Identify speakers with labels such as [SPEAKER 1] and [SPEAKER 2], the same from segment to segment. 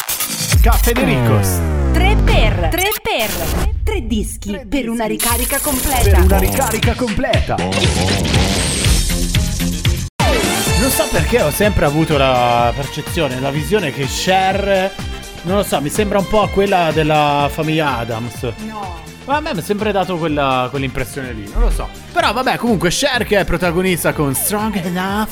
[SPEAKER 1] Francesca Federicos.
[SPEAKER 2] 3 per 3 per 3 dischi per una ricarica
[SPEAKER 1] Per
[SPEAKER 2] completa.
[SPEAKER 1] una ricarica completa. Non so perché ho sempre avuto la percezione, la visione che Cher, non lo so, mi sembra un po' quella della famiglia Adams.
[SPEAKER 2] No.
[SPEAKER 1] Ma a me mi è sempre dato quella, quell'impressione lì, non lo so. Però vabbè, comunque Cher che è protagonista con Strong Enough,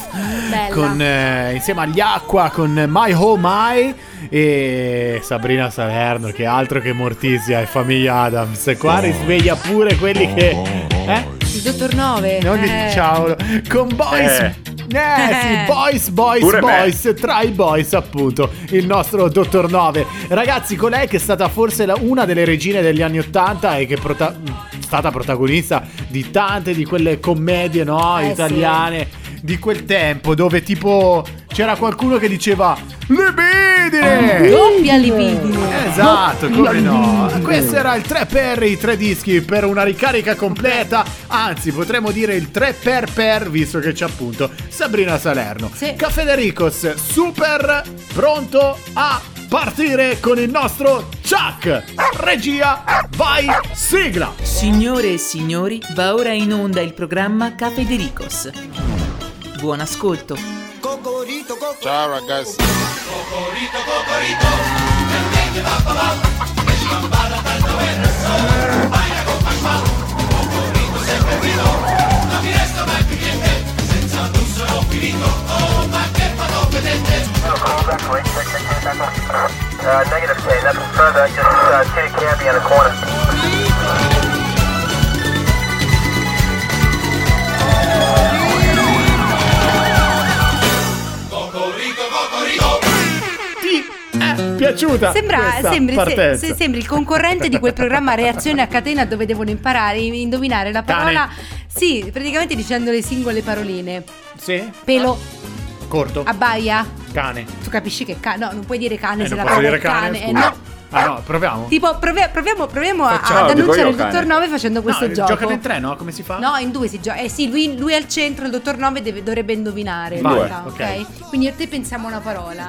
[SPEAKER 2] Bella.
[SPEAKER 1] con, eh, insieme agli Acqua, con My Oh My e Sabrina Salerno, che altro che Mortizia e Famiglia Adams. Qua risveglia pure quelli che... Eh?
[SPEAKER 2] Il dottor eh, 9.
[SPEAKER 1] Non diciamolo. Con Boys...
[SPEAKER 3] Eh.
[SPEAKER 1] Eh, sì, boys, boys,
[SPEAKER 3] Pure me.
[SPEAKER 1] boys, tra i boys appunto, il nostro Dottor 9. Ragazzi, colei che è stata forse la- una delle regine degli anni 80 e che è prota- stata protagonista di tante di quelle commedie, no,
[SPEAKER 2] Eh,
[SPEAKER 1] italiane di quel tempo, dove tipo c'era qualcuno che diceva Libidine!
[SPEAKER 2] Doppia libidine.
[SPEAKER 1] Esatto, come no? Questo era il 3 per i 3 dischi per una ricarica completa, anzi potremmo dire il 3 per per visto che c'è appunto Sabrina Salerno.
[SPEAKER 2] Sì.
[SPEAKER 1] Caffè De Ricos, super pronto a partire con il nostro Chuck. Regia, vai, sigla.
[SPEAKER 4] Signore e signori, va ora in onda il programma Cafe De Ricos. Buon ascolto.
[SPEAKER 5] Ciao ragazzi.
[SPEAKER 6] Uh, negative 10, nothing further, just uh, city candy on the corner.
[SPEAKER 1] Ti è piaciuta?
[SPEAKER 2] Sembra,
[SPEAKER 1] questa
[SPEAKER 2] sembri, se,
[SPEAKER 1] partenza?
[SPEAKER 2] se- sembri il concorrente di quel programma Reazione a catena dove devono imparare, indovinare la parola. Sì, praticamente dicendo le singole paroline.
[SPEAKER 1] Sì,
[SPEAKER 2] Pelo,
[SPEAKER 1] corto,
[SPEAKER 2] Ah, abbaia.
[SPEAKER 1] cane.
[SPEAKER 2] Tu capisci che cane? No, non puoi dire cane
[SPEAKER 1] Eh,
[SPEAKER 2] se
[SPEAKER 1] non
[SPEAKER 2] la
[SPEAKER 1] posso
[SPEAKER 2] parola
[SPEAKER 1] dire
[SPEAKER 2] è cane.
[SPEAKER 1] cane,
[SPEAKER 2] eh,
[SPEAKER 1] scusa.
[SPEAKER 2] no.
[SPEAKER 1] Ah no, proviamo.
[SPEAKER 2] Tipo, prove- proviamo, proviamo a-
[SPEAKER 3] Facciamo,
[SPEAKER 2] ad
[SPEAKER 3] dico
[SPEAKER 2] annunciare
[SPEAKER 3] io,
[SPEAKER 2] il dottor
[SPEAKER 3] cane.
[SPEAKER 2] 9 facendo questo
[SPEAKER 1] no,
[SPEAKER 2] gioco.
[SPEAKER 1] Giocano in tre, no? Come si fa?
[SPEAKER 2] No, in due si gioca. Eh sì, lui, lui è al centro, il dottor 9 deve- dovrebbe indovinare. in
[SPEAKER 1] Vai,
[SPEAKER 2] realtà,
[SPEAKER 1] ok.
[SPEAKER 2] ok? Quindi io e te pensiamo a una parola.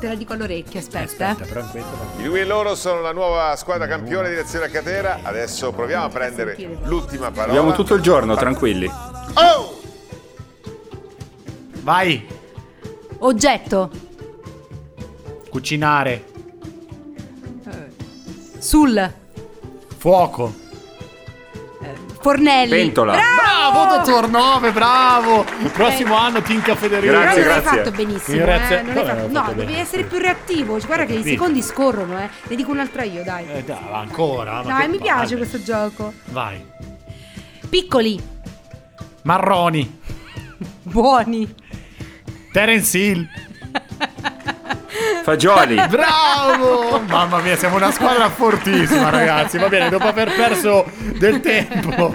[SPEAKER 2] Te la dico all'orecchio, aspetta.
[SPEAKER 1] Aspetta, però in questo
[SPEAKER 5] I Lui e loro sono la nuova squadra campione di Nazione Catena. Adesso proviamo a prendere l'ultima parola.
[SPEAKER 3] Abbiamo tutto il giorno, tranquilli.
[SPEAKER 5] Oh!
[SPEAKER 1] Vai,
[SPEAKER 2] eh. Oggetto.
[SPEAKER 1] cucinare,
[SPEAKER 2] Sul.
[SPEAKER 1] fuoco.
[SPEAKER 2] Fornelli.
[SPEAKER 3] Pentola.
[SPEAKER 2] Bravo!
[SPEAKER 1] Bravo, dottor 9, bravo. Prossimo anno Tinka Federico.
[SPEAKER 2] Però
[SPEAKER 3] Grazie,
[SPEAKER 2] non
[SPEAKER 3] grazie.
[SPEAKER 2] hai fatto benissimo.
[SPEAKER 1] Grazie.
[SPEAKER 2] eh, non
[SPEAKER 1] Come
[SPEAKER 2] hai fatto-
[SPEAKER 1] non ho
[SPEAKER 2] No,
[SPEAKER 1] fatto
[SPEAKER 2] devi
[SPEAKER 1] bene?
[SPEAKER 2] essere più reattivo. Guarda che i
[SPEAKER 1] Capito.
[SPEAKER 2] secondi scorrono, eh. Ne dico un'altra io, dai.
[SPEAKER 1] Eh, dai, ancora. ma
[SPEAKER 2] dai,
[SPEAKER 1] che
[SPEAKER 2] eh, mi piace
[SPEAKER 1] palle.
[SPEAKER 2] questo gioco.
[SPEAKER 1] Vai.
[SPEAKER 2] Piccoli,
[SPEAKER 1] Marroni,
[SPEAKER 2] buoni.
[SPEAKER 1] Terence Hill.
[SPEAKER 3] Fagioli.
[SPEAKER 1] Bravo! Mamma mia, siamo una squadra fortissima, ragazzi. Va bene, dopo aver perso del tempo.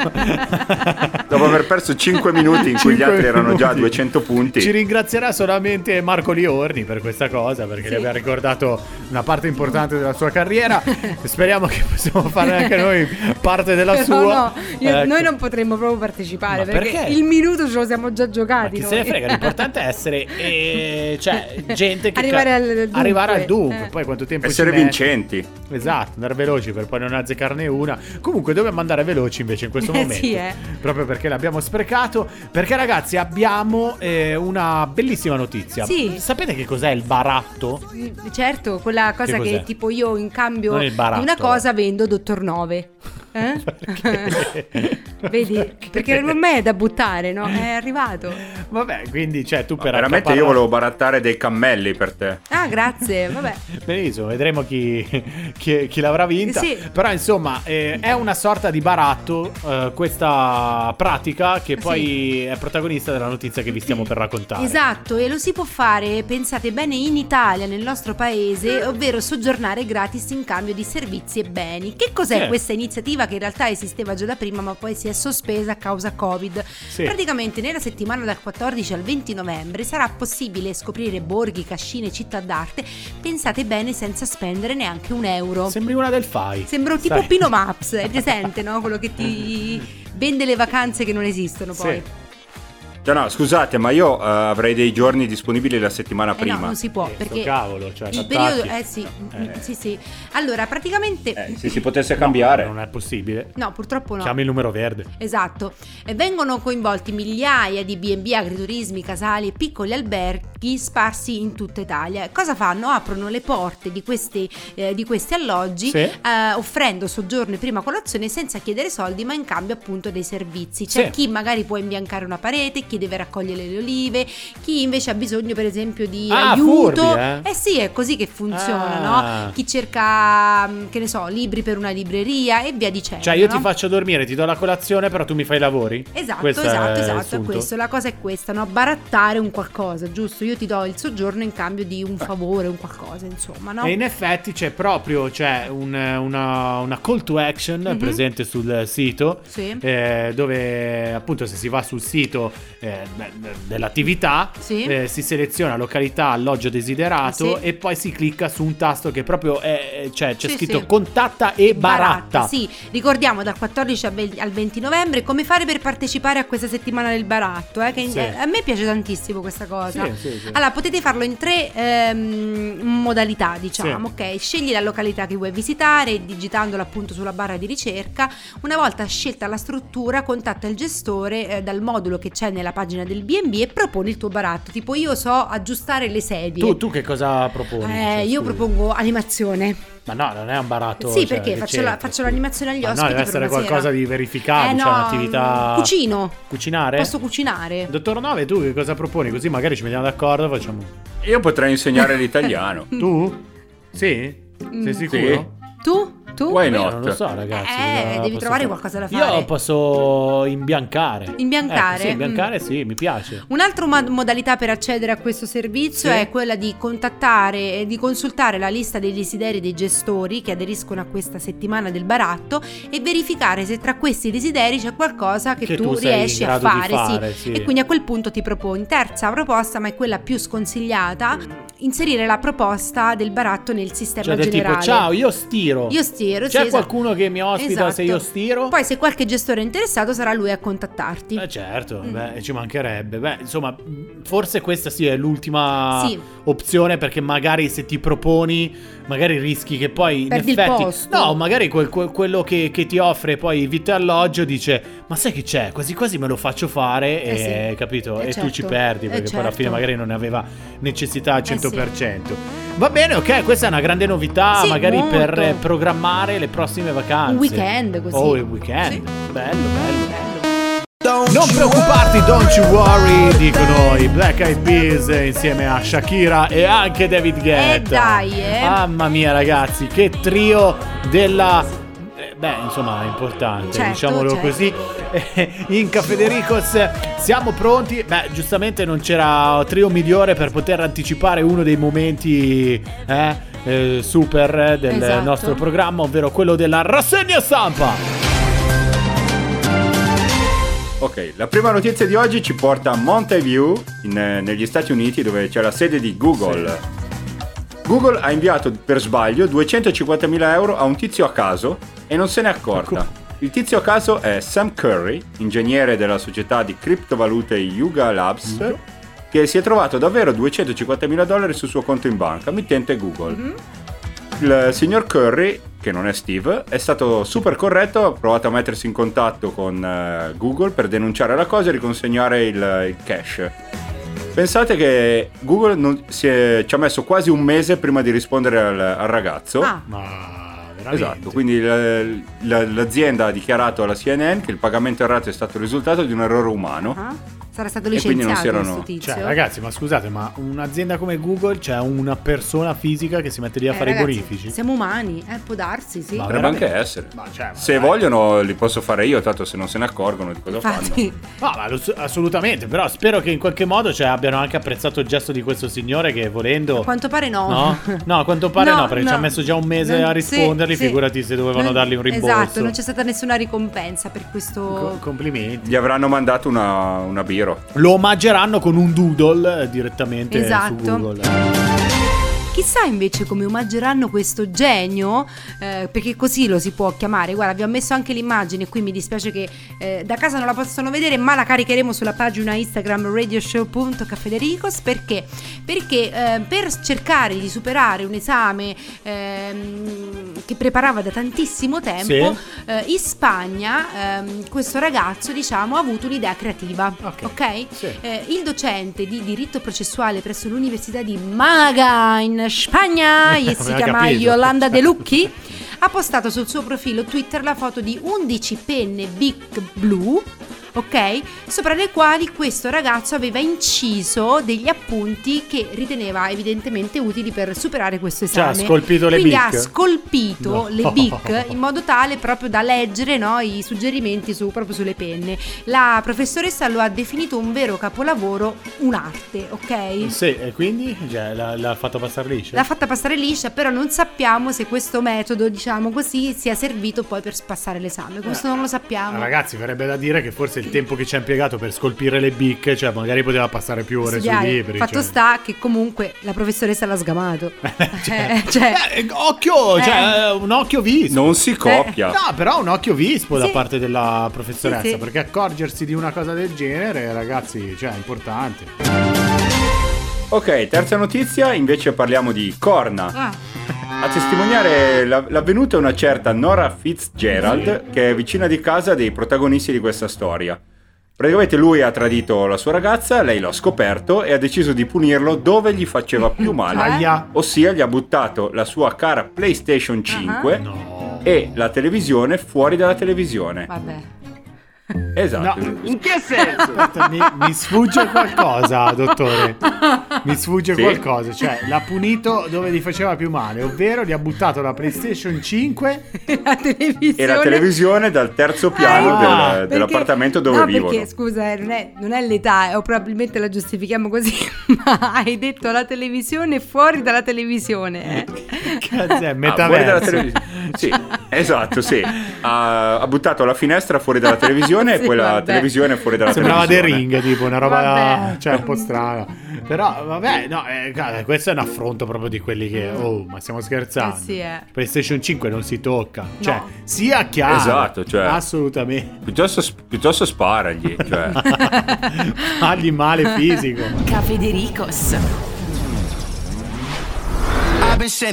[SPEAKER 3] Dopo aver perso 5 minuti in cui gli altri erano già a 200
[SPEAKER 1] Ci
[SPEAKER 3] punti.
[SPEAKER 1] ringrazierà solamente Marco Liorni per questa cosa, perché gli abbiamo ricordato una parte importante della sua carriera. Speriamo che possiamo fare anche noi parte della
[SPEAKER 2] Però
[SPEAKER 1] sua.
[SPEAKER 2] no, io-
[SPEAKER 1] Ecco.
[SPEAKER 2] noi non potremmo proprio partecipare
[SPEAKER 1] Ma
[SPEAKER 2] perché,
[SPEAKER 1] perché?
[SPEAKER 2] il minuto ce lo siamo già
[SPEAKER 1] Ma
[SPEAKER 2] giocati.
[SPEAKER 1] chi
[SPEAKER 2] noi.
[SPEAKER 1] se ne frega, l'importante è essere eh, cioè, gente che
[SPEAKER 2] Arrivare
[SPEAKER 1] ca-
[SPEAKER 2] al dunque.
[SPEAKER 1] arrivare al dunque.
[SPEAKER 2] Eh.
[SPEAKER 1] Poi quanto tempo
[SPEAKER 3] Essere
[SPEAKER 1] ci metti.
[SPEAKER 3] vincenti.
[SPEAKER 1] Esatto, andare veloci per poi non azzeccarne una. Comunque dobbiamo andare veloci invece in questo
[SPEAKER 2] Eh,
[SPEAKER 1] momento.
[SPEAKER 2] sì, eh.
[SPEAKER 1] Proprio perché l'abbiamo sprecato. Perché ragazzi abbiamo eh, una bellissima notizia.
[SPEAKER 2] Sì.
[SPEAKER 1] Sapete che cos'è il baratto?
[SPEAKER 2] Mm, Certo, quella cosa che,
[SPEAKER 1] cos'è?
[SPEAKER 2] tipo io in cambio
[SPEAKER 1] Non è
[SPEAKER 2] di
[SPEAKER 1] il baratto,
[SPEAKER 2] una cosa vendo Dottor 9. Eh?
[SPEAKER 1] Perché?
[SPEAKER 2] Vedi? Perché non me è da buttare, no? È arrivato.
[SPEAKER 1] Vabbè, quindi cioè tu
[SPEAKER 3] Ma
[SPEAKER 1] per
[SPEAKER 3] veramente
[SPEAKER 1] accaparrar-
[SPEAKER 3] io volevo barattare dei cammelli per te.
[SPEAKER 2] Ah, grazie. Vabbè.
[SPEAKER 1] Benissimo, vedremo chi, chi- chi l'avrà vinta.
[SPEAKER 2] Sì.
[SPEAKER 1] Però insomma eh, è una sorta di baratto eh, questa pratica che
[SPEAKER 2] Sì.
[SPEAKER 1] poi è protagonista della notizia che vi stiamo per raccontare.
[SPEAKER 2] Esatto, e lo si può fare, pensate bene, in Italia, nel nostro paese, ovvero soggiornare gratis in cambio di servizi e beni. Che cos'è
[SPEAKER 1] Sì.
[SPEAKER 2] questa iniziativa che in realtà esisteva già da prima ma poi si è sospesa a causa Covid?
[SPEAKER 1] Sì.
[SPEAKER 2] Praticamente nella settimana dal 14 al 20 novembre sarà possibile scoprire borghi, cascine, città d'arte, pensate bene, senza spendere neanche un euro.
[SPEAKER 1] Sembri una del fai.
[SPEAKER 2] Sembra un tipo
[SPEAKER 1] Sai.
[SPEAKER 2] Pino Maps, è presente, no? Quello che ti vende le vacanze che non esistono poi.
[SPEAKER 1] Sì.
[SPEAKER 3] Cioè, no, scusate, ma io eh, avrei dei giorni disponibili la settimana
[SPEAKER 2] Eh no,
[SPEAKER 3] prima.
[SPEAKER 2] non si può
[SPEAKER 1] Eh, sto
[SPEAKER 2] perché
[SPEAKER 1] cavolo, cioè,
[SPEAKER 2] il
[SPEAKER 1] l'attacchi.
[SPEAKER 2] periodo eh sì,
[SPEAKER 1] Eh.
[SPEAKER 2] sì, sì. Allora, praticamente
[SPEAKER 3] Eh, se si potesse cambiare.
[SPEAKER 1] Non è possibile.
[SPEAKER 2] no, purtroppo no.
[SPEAKER 1] Chiami il numero verde.
[SPEAKER 2] Esatto, E vengono coinvolti migliaia di B&B, agriturismi, casali e piccoli alberghi sparsi in tutta Italia. Cosa fanno? Aprono le porte di questi, eh, di questi alloggi
[SPEAKER 1] Sì.
[SPEAKER 2] eh, offrendo soggiorno e prima colazione senza chiedere soldi ma in cambio appunto dei servizi. C'è
[SPEAKER 1] Sì.
[SPEAKER 2] chi magari può imbiancare una parete, chi deve raccogliere le olive, chi invece ha bisogno per esempio di
[SPEAKER 1] Ah,
[SPEAKER 2] aiuto.
[SPEAKER 1] furbi, eh?
[SPEAKER 2] sì, è così che funziona,
[SPEAKER 1] Ah.
[SPEAKER 2] no? Chi cerca, mm, che ne so, libri per una libreria e via dicendo.
[SPEAKER 1] Cioè, io ti
[SPEAKER 2] no?
[SPEAKER 1] faccio dormire, ti do la colazione, però tu mi fai i lavori.
[SPEAKER 2] Esatto,
[SPEAKER 1] Questo è
[SPEAKER 2] esatto,
[SPEAKER 1] il
[SPEAKER 2] esatto, è
[SPEAKER 1] sunto?
[SPEAKER 2] questo. La cosa è questa, no? Barattare un qualcosa, giusto? Io ti do il soggiorno in cambio di un favore, un qualcosa, insomma, no?
[SPEAKER 1] E in effetti c'è proprio c'è un- una, una call to action
[SPEAKER 2] Mhm.
[SPEAKER 1] presente sul sito.
[SPEAKER 2] Sì.
[SPEAKER 1] eh, dove appunto se si va sul sito eh, de- de- dell'attività
[SPEAKER 2] Sì.
[SPEAKER 1] eh, si seleziona località alloggio desiderato
[SPEAKER 2] Sì.
[SPEAKER 1] e poi si clicca su un tasto che proprio è, cioè, c'è
[SPEAKER 2] Sì,
[SPEAKER 1] scritto
[SPEAKER 2] sì.
[SPEAKER 1] contatta e baratta,
[SPEAKER 2] Sì, ricordiamo dal 14 al ve- al 20 novembre come fare per partecipare a questa settimana del baratto, eh, che
[SPEAKER 1] Sì.
[SPEAKER 2] eh, a me piace tantissimo questa cosa.
[SPEAKER 1] Sì, sì, sì.
[SPEAKER 2] Allora, potete farlo in tre ehm, modalità, diciamo,
[SPEAKER 1] Sì.
[SPEAKER 2] ok? Scegli la località che vuoi visitare, digitandola appunto sulla barra di ricerca. Una volta scelta la struttura, contatta il gestore eh, dal modulo che c'è nella pagina del B&B e proponi il tuo baratto. Tipo, io so aggiustare le sedie.
[SPEAKER 1] Tu, tu che cosa proponi? Cioè,
[SPEAKER 2] Eh, io
[SPEAKER 1] scusi.
[SPEAKER 2] propongo animazione.
[SPEAKER 1] Ma no, non è un baratto.
[SPEAKER 2] Sì,
[SPEAKER 1] cioè,
[SPEAKER 2] perché
[SPEAKER 1] che
[SPEAKER 2] faccio,
[SPEAKER 1] c'entra,
[SPEAKER 2] la- faccio
[SPEAKER 1] scusi.
[SPEAKER 2] l'animazione agli
[SPEAKER 1] Ma
[SPEAKER 2] ospiti.
[SPEAKER 1] no, deve
[SPEAKER 2] per
[SPEAKER 1] essere
[SPEAKER 2] una
[SPEAKER 1] qualcosa
[SPEAKER 2] sera.
[SPEAKER 1] di verificato,
[SPEAKER 2] Eh,
[SPEAKER 1] cioè
[SPEAKER 2] no,
[SPEAKER 1] un'attività.
[SPEAKER 2] Cucino.
[SPEAKER 1] Cucinare?
[SPEAKER 2] Posso cucinare?
[SPEAKER 1] Dottor Nove, tu che cosa proponi? Così magari ci mettiamo d'accordo e facciamo.
[SPEAKER 3] Io potrei insegnare l'italiano.
[SPEAKER 1] Tu? Sì?
[SPEAKER 2] Mm.
[SPEAKER 1] Sei sicuro?
[SPEAKER 2] Tu? Tu?
[SPEAKER 3] Why
[SPEAKER 1] Io
[SPEAKER 3] not?
[SPEAKER 1] non lo so, ragazzi.
[SPEAKER 2] Eh,
[SPEAKER 1] cosa
[SPEAKER 2] devi
[SPEAKER 1] posso
[SPEAKER 2] trovare
[SPEAKER 1] fare.
[SPEAKER 2] qualcosa da
[SPEAKER 1] Io
[SPEAKER 2] fare.
[SPEAKER 1] posso imbiancare.
[SPEAKER 2] Imbiancare? Mm.
[SPEAKER 1] Ecco, sì, imbiancare sì, mi piace.
[SPEAKER 2] Un'altra ma- modalità per accedere a questo servizio
[SPEAKER 1] Sì.
[SPEAKER 2] è quella di contattare e di consultare la lista dei desideri dei gestori che aderiscono a questa settimana del baratto e verificare se tra questi desideri c'è qualcosa che,
[SPEAKER 1] Che tu sei in
[SPEAKER 2] riesci a
[SPEAKER 1] grado di
[SPEAKER 2] fare, sì.
[SPEAKER 1] fare, sì.
[SPEAKER 2] E quindi a quel punto ti proponi. Terza proposta, ma è quella più sconsigliata, inserire la proposta del baratto nel sistema
[SPEAKER 1] Cioè, del
[SPEAKER 2] generale.
[SPEAKER 1] tipo, ciao, io stiro.
[SPEAKER 2] Io stiro, sì,
[SPEAKER 1] C'è
[SPEAKER 2] esatto.
[SPEAKER 1] qualcuno che mi ospita se io
[SPEAKER 2] Esatto.
[SPEAKER 1] stiro?
[SPEAKER 2] Poi se qualche gestore è interessato sarà lui a contattarti.
[SPEAKER 1] Eh certo,
[SPEAKER 2] Mm.
[SPEAKER 1] beh, ci mancherebbe. Beh, insomma, forse questa sì è l'ultima
[SPEAKER 2] Sì.
[SPEAKER 1] opzione perché magari se ti proponi, magari rischi che poi
[SPEAKER 2] Perdi
[SPEAKER 1] in
[SPEAKER 2] il
[SPEAKER 1] effetti...
[SPEAKER 2] posto.
[SPEAKER 1] No, magari quel- quel- quello che, che ti offre poi vitto e alloggio dice, ma sai che c'è? Quasi quasi me lo faccio fare,
[SPEAKER 2] Eh
[SPEAKER 1] e,
[SPEAKER 2] sì.
[SPEAKER 1] capito?
[SPEAKER 2] Eh
[SPEAKER 1] e tu
[SPEAKER 2] certo.
[SPEAKER 1] ci perdi
[SPEAKER 2] Eh
[SPEAKER 1] perché poi alla fine
[SPEAKER 2] certo. Eh,
[SPEAKER 1] magari non ne aveva necessità al
[SPEAKER 2] sì.
[SPEAKER 1] 100%. Va bene, ok, questa è una grande novità
[SPEAKER 2] Sì,
[SPEAKER 1] magari
[SPEAKER 2] molto.
[SPEAKER 1] per eh, programmare le prossime vacanze.
[SPEAKER 2] Un weekend così.
[SPEAKER 1] Oh, il weekend.
[SPEAKER 2] Sì.
[SPEAKER 1] Bello, bello, bello. Non preoccuparti, don't you worry, dicono i Black Eyed Peas eh, insieme a Shakira e anche David Guetta.
[SPEAKER 2] Eh, dai, eh.
[SPEAKER 1] Mamma mia ragazzi, che trio della... eh, Beh, insomma, è importante,
[SPEAKER 2] Certo,
[SPEAKER 1] diciamolo
[SPEAKER 2] certo.
[SPEAKER 1] così. Eh, Inca Federicos, siamo pronti. Beh, giustamente non c'era trio migliore per poter anticipare uno dei momenti eh, eh, super del
[SPEAKER 2] Esatto.
[SPEAKER 1] nostro programma, ovvero quello della rassegna stampa.
[SPEAKER 3] Ok, la prima notizia di oggi ci porta a Montevideo, in, eh, negli Stati Uniti, dove c'è la sede di Google. Google ha inviato per sbaglio 250.000 euro a un tizio a caso e non se n'è accorta. Il tizio a caso è Sam Curry, ingegnere della società di criptovalute Yuga Labs, che si è trovato davvero 250.000 dollari sul suo conto in banca, mittente Google. Il signor Curry, che non è Steve, è stato super corretto, ha provato a mettersi in contatto con eh, Google per denunciare la cosa e riconsegnare il, il cash. Pensate che Google non- si è- ci ha messo quasi un mese prima di rispondere al, al ragazzo.
[SPEAKER 2] Ah,
[SPEAKER 1] Ma veramente.
[SPEAKER 3] Esatto, quindi la- la- l'azienda ha dichiarato alla CNN che il pagamento errato è stato il risultato di un errore umano.
[SPEAKER 2] ah. sarà stato
[SPEAKER 3] E quindi non
[SPEAKER 2] licenziato
[SPEAKER 3] si erano-
[SPEAKER 2] questo tizio.
[SPEAKER 1] Cioè, ragazzi, ma scusate, ma un'azienda come Google c'è una persona fisica che si mette lì a
[SPEAKER 2] Eh,
[SPEAKER 1] fare
[SPEAKER 2] ragazzi,
[SPEAKER 1] i bonifici?
[SPEAKER 2] Siamo umani, eh, può darsi, sì.
[SPEAKER 1] Ma-
[SPEAKER 3] Potrebbe anche
[SPEAKER 1] Ah, veramente?
[SPEAKER 3] essere.
[SPEAKER 1] Ma cioè, ma
[SPEAKER 3] Se
[SPEAKER 1] dai.
[SPEAKER 3] vogliono li posso fare io, tanto se non se ne accorgono di cosa fanno.
[SPEAKER 2] Infatti,
[SPEAKER 1] No, ma lo- assolutamente, però spero che in qualche modo cioè, abbiano anche apprezzato il gesto di questo signore che volendo...
[SPEAKER 2] a quanto pare no.
[SPEAKER 1] No? No, a quanto pare no, perché ci ha messo già un mese a
[SPEAKER 2] sì,
[SPEAKER 1] rispondergli,
[SPEAKER 2] sì.
[SPEAKER 1] figurati se dovevano
[SPEAKER 2] Non-
[SPEAKER 1] dargli un rimborso.
[SPEAKER 2] Esatto, non c'è stata nessuna ricompensa per
[SPEAKER 1] Co-
[SPEAKER 2] questo...
[SPEAKER 1] complimenti.
[SPEAKER 3] Gli avranno mandato una, una biro.
[SPEAKER 1] Lo omaggeranno con un doodle eh, direttamente
[SPEAKER 2] Esatto.
[SPEAKER 1] su Google.
[SPEAKER 2] Chissà invece come omaggeranno questo genio, eh, perché così lo si può chiamare. Guarda, vi ho messo anche l'immagine, qui mi dispiace che eh, da casa non la possono vedere, ma la caricheremo sulla pagina Instagram radioshow.cafedericos perché? Perché eh, per cercare di superare un esame ehm, che preparava da tantissimo tempo,
[SPEAKER 1] Sì.
[SPEAKER 2] eh, in Spagna ehm, questo ragazzo diciamo ha avuto un'idea creativa,
[SPEAKER 1] Ok.
[SPEAKER 2] ok?
[SPEAKER 1] Sì.
[SPEAKER 2] Eh, il docente di diritto processuale presso l'Università di Malaga in Spagna, gli si
[SPEAKER 1] Aveva
[SPEAKER 2] chiama
[SPEAKER 1] capito.
[SPEAKER 2] Yolanda De Lucchi, ha postato sul suo profilo Twitter la foto di 11 penne Bic blu, ok? Sopra le quali questo ragazzo aveva inciso degli appunti che riteneva evidentemente utili per superare questo
[SPEAKER 1] Cioè, ha
[SPEAKER 2] esame.
[SPEAKER 1] scolpito le
[SPEAKER 2] Quindi
[SPEAKER 1] bic.
[SPEAKER 2] ha scolpito
[SPEAKER 1] No.
[SPEAKER 2] le bic in modo tale proprio da leggere no, i suggerimenti su- proprio sulle penne. La professoressa lo ha definito un vero capolavoro, un'arte, ok?
[SPEAKER 1] Eh Sì, certo. e quindi Cioè, l'ha, l'ha fatto passare lì. cioè?
[SPEAKER 2] L'ha fatta passare liscia, però non sappiamo se questo metodo, diciamo così, sia servito poi per passare l'esame. Questo non lo
[SPEAKER 1] Eh,
[SPEAKER 2] sappiamo.
[SPEAKER 1] Ah, Ragazzi, verrebbe da dire che forse il tempo che ci ha impiegato per scolpire le bicche, cioè magari poteva passare più ore
[SPEAKER 2] Studiare.
[SPEAKER 1] sui libri.
[SPEAKER 2] Fatto
[SPEAKER 1] cioè.
[SPEAKER 2] sta che comunque la professoressa l'ha sgamato. Eh, cioè, eh.
[SPEAKER 1] Eh, occhio, cioè, un occhio vispo.
[SPEAKER 3] Non si copia.
[SPEAKER 1] No, però un occhio vispo da
[SPEAKER 2] Sì.
[SPEAKER 1] parte della professoressa,
[SPEAKER 2] Sì, sì.
[SPEAKER 1] perché accorgersi di una cosa del genere, ragazzi, cioè, è importante.
[SPEAKER 3] Ok, terza notizia, invece parliamo di corna.
[SPEAKER 2] ah,
[SPEAKER 3] A testimoniare la- l'avvenuta è una certa Nora Fitzgerald, che è vicina di casa dei protagonisti di questa storia. Praticamente lui ha tradito la sua ragazza, lei l'ha scoperto e ha deciso di punirlo dove gli faceva più male.
[SPEAKER 1] Aia.
[SPEAKER 3] Ossia gli ha buttato la sua cara PlayStation 5
[SPEAKER 1] No.
[SPEAKER 3] e la televisione fuori dalla televisione.
[SPEAKER 2] vabbè.
[SPEAKER 3] Esatto.
[SPEAKER 1] No.
[SPEAKER 7] che senso?
[SPEAKER 1] Mi, mi sfugge qualcosa, dottore. Mi sfugge
[SPEAKER 3] Sì.
[SPEAKER 1] qualcosa. Cioè, l'ha punito dove gli faceva più male, ovvero gli ha buttato la PlayStation 5.
[SPEAKER 2] la televisione.
[SPEAKER 3] E la televisione dal terzo piano
[SPEAKER 1] Ah,
[SPEAKER 3] del-
[SPEAKER 1] perché-
[SPEAKER 3] eh, dell'appartamento dove
[SPEAKER 2] no,
[SPEAKER 3] vivono.
[SPEAKER 2] perché scusa, eh, non è, non è l'età, eh, o probabilmente la giustifichiamo così, ma hai detto la televisione fuori dalla televisione. eh.
[SPEAKER 1] Cazzo, è
[SPEAKER 3] Ah, fuori dalla
[SPEAKER 1] metaverso.
[SPEAKER 3] televisione. Sì, esatto, sì. Ha, ha buttato la finestra fuori dalla televisione
[SPEAKER 2] Sì,
[SPEAKER 3] e poi la
[SPEAKER 2] vabbè.
[SPEAKER 3] televisione fuori dalla
[SPEAKER 1] Sembrava The
[SPEAKER 3] televisione.
[SPEAKER 1] Ring, tipo una roba
[SPEAKER 2] Vabbè.
[SPEAKER 1] cioè, un po' strana. Però, vabbè, no, eh, guarda, questo è un affronto proprio di quelli che. Oh, ma stiamo scherzando.
[SPEAKER 2] Mm. Eh sì, eh.
[SPEAKER 1] PlayStation 5 non si tocca. Cioè, sia chiaro.
[SPEAKER 3] Esatto, cioè.
[SPEAKER 1] Assolutamente.
[SPEAKER 3] Piuttosto, piuttosto sparagli. Cioè.
[SPEAKER 1] Fagli male fisico.
[SPEAKER 4] Cafedericos.
[SPEAKER 1] pezzo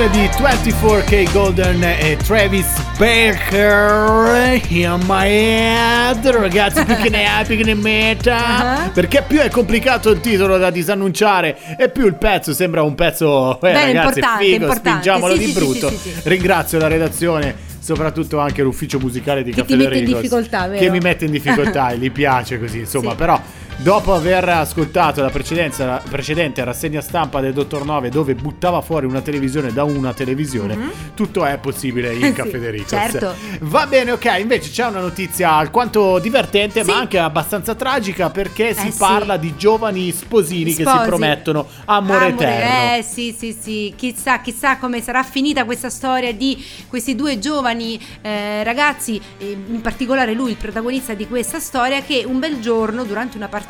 [SPEAKER 1] è di 24K Golden e Travis Baker in my head ragazzi più che ne è più che ne metta
[SPEAKER 2] Uh-huh.
[SPEAKER 1] perché più è complicato il titolo da disannunciare e più il pezzo sembra un pezzo eh,
[SPEAKER 2] Beh,
[SPEAKER 1] ragazzi
[SPEAKER 2] importante,
[SPEAKER 1] figo
[SPEAKER 2] importante.
[SPEAKER 1] spingiamolo
[SPEAKER 2] Sì,
[SPEAKER 1] di
[SPEAKER 2] sì, sì,
[SPEAKER 1] brutto
[SPEAKER 2] sì, sì, sì.
[SPEAKER 1] ringrazio la redazione soprattutto anche l'ufficio musicale di
[SPEAKER 2] Che ti
[SPEAKER 1] Caffè
[SPEAKER 2] mette in
[SPEAKER 1] Ricos,
[SPEAKER 2] difficoltà, vero?
[SPEAKER 1] che mi mette in difficoltà e gli piace così insomma
[SPEAKER 2] Sì.
[SPEAKER 1] però Dopo aver ascoltato la, precedenza- la precedente rassegna stampa del Dottor 9 dove buttava fuori una televisione da una televisione, tutto è possibile in
[SPEAKER 2] Mhm. Sì,
[SPEAKER 1] Caffè De Ricos.
[SPEAKER 2] certo.
[SPEAKER 1] Va bene, ok, invece c'è una notizia alquanto divertente
[SPEAKER 2] Sì. Eh,
[SPEAKER 1] ma anche abbastanza tragica perché si
[SPEAKER 2] sì.
[SPEAKER 1] parla di giovani sposini che si
[SPEAKER 2] Sposi.
[SPEAKER 1] promettono amore, eterno.
[SPEAKER 2] Eh sì, sì, sì, chissà, chissà come sarà finita questa storia di questi due giovani eh, ragazzi, eh, in particolare lui, il protagonista di questa storia, che un bel giorno durante una partita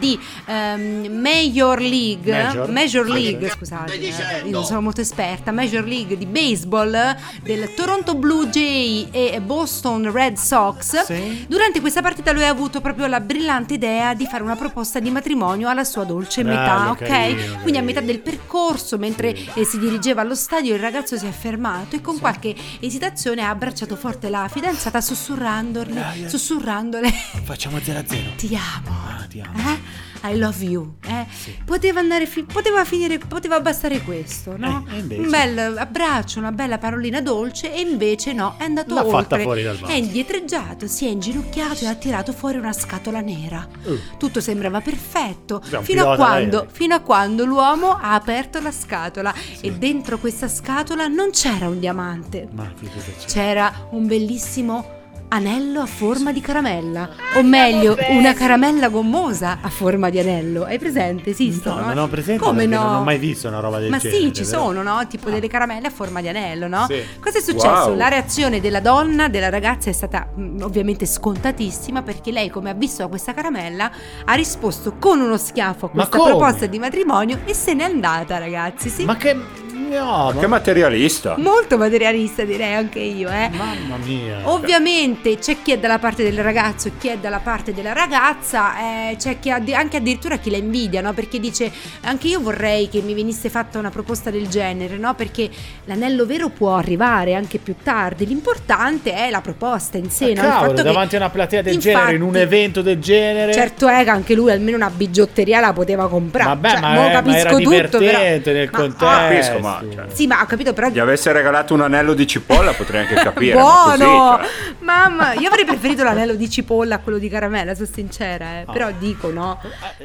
[SPEAKER 2] di ehm, Major League,
[SPEAKER 1] Major?
[SPEAKER 2] Major, League,
[SPEAKER 1] Sì.
[SPEAKER 2] scusate, eh, io non sono molto esperta, Major League di baseball eh, del Toronto Blue Jay e Boston Red Sox,
[SPEAKER 1] Sì.
[SPEAKER 2] durante questa partita lui ha avuto proprio la brillante idea di fare una proposta di matrimonio alla sua dolce metà,
[SPEAKER 1] Bello,
[SPEAKER 2] ok?
[SPEAKER 1] carino,
[SPEAKER 2] Quindi a
[SPEAKER 1] carino.
[SPEAKER 2] metà del percorso, mentre
[SPEAKER 1] Sì.
[SPEAKER 2] eh, si dirigeva allo stadio, il ragazzo si è fermato e con qualche esitazione ha abbracciato forte la fidanzata, sussurrandole,
[SPEAKER 1] eh.
[SPEAKER 2] sussurrandole:
[SPEAKER 1] Facciamo 0 a 0.
[SPEAKER 2] Ti amo.
[SPEAKER 1] Ah, ti amo.
[SPEAKER 2] Eh? I love you. eh. Poteva, andare fi- poteva finire, poteva bastare questo, no?
[SPEAKER 1] Eh, e invece?
[SPEAKER 2] Un bel abbraccio, una bella parolina dolce e invece no, è andato
[SPEAKER 1] L'ha
[SPEAKER 2] oltre.
[SPEAKER 1] fatta fuori dal vaso.
[SPEAKER 2] È indietreggiato, si è inginocchiato e ha tirato fuori una scatola nera.
[SPEAKER 1] Uh.
[SPEAKER 2] Tutto sembrava perfetto
[SPEAKER 1] Sì, un
[SPEAKER 2] fino
[SPEAKER 1] pilota eh.
[SPEAKER 2] a, quando,
[SPEAKER 1] aereo.
[SPEAKER 2] fino a quando l'uomo ha aperto la scatola e dentro questa scatola non c'era un diamante,
[SPEAKER 1] Ma che cosa c'è?
[SPEAKER 2] c'era un bellissimo anello a forma di
[SPEAKER 1] Ah,
[SPEAKER 2] caramella. O meglio, una caramella gommosa a forma di anello. Hai presente? Esistono?
[SPEAKER 1] No, non ho presente
[SPEAKER 2] Come
[SPEAKER 1] perché
[SPEAKER 2] no?
[SPEAKER 1] non ho mai visto una roba del
[SPEAKER 2] Ma
[SPEAKER 1] genere,
[SPEAKER 2] sì, ci
[SPEAKER 1] però. Ah.
[SPEAKER 2] sono, no? Tipo delle caramelle a forma di anello, no?
[SPEAKER 1] Sì.
[SPEAKER 2] Cosa è successo?
[SPEAKER 3] Wow.
[SPEAKER 2] La reazione della donna, della ragazza è stata mm, ovviamente scontatissima perché lei, come ha visto questa caramella, ha risposto con uno schiaffo a
[SPEAKER 1] Ma
[SPEAKER 2] questa
[SPEAKER 1] come?
[SPEAKER 2] proposta di matrimonio e se n'è andata, ragazzi. Sì.
[SPEAKER 1] Ma che... No,
[SPEAKER 3] Che
[SPEAKER 1] ma...
[SPEAKER 3] materialista.
[SPEAKER 2] Molto materialista direi anche io, eh.
[SPEAKER 1] Mamma mia.
[SPEAKER 2] Ovviamente c'è chi è dalla parte del ragazzo e chi è dalla parte della ragazza, eh, c'è chi ha- anche addirittura chi la invidia, no? Perché dice anche io vorrei che mi venisse fatta una proposta del genere, no? Perché l'anello vero può arrivare anche più tardi, l'importante è la proposta in
[SPEAKER 1] Ma
[SPEAKER 2] sé, no? Il
[SPEAKER 1] Ah, cavolo,
[SPEAKER 2] fatto che-
[SPEAKER 1] davanti a una platea del
[SPEAKER 2] Infatti,
[SPEAKER 1] genere, in un evento del genere...
[SPEAKER 2] Certo è che anche lui almeno una bigiotteria la poteva comprare.
[SPEAKER 1] Vabbè,
[SPEAKER 2] Cioè,
[SPEAKER 1] ma,
[SPEAKER 2] mo
[SPEAKER 1] eh, ma
[SPEAKER 2] capisco
[SPEAKER 1] era
[SPEAKER 2] tutto, però-
[SPEAKER 1] divertente nel
[SPEAKER 2] Ma-
[SPEAKER 1] contesto.
[SPEAKER 2] ah,
[SPEAKER 3] Capisco, ma, cioè.
[SPEAKER 2] sì, ma ho capito, però
[SPEAKER 3] Gli avesse regalato un anello di cipolla potrei anche capire. Ma
[SPEAKER 2] Buono!
[SPEAKER 3] così, cioè.
[SPEAKER 2] Mamma, io avrei preferito l'anello di cipolla a quello di caramella, sono sincera, eh.
[SPEAKER 3] Ah.
[SPEAKER 2] però dico no.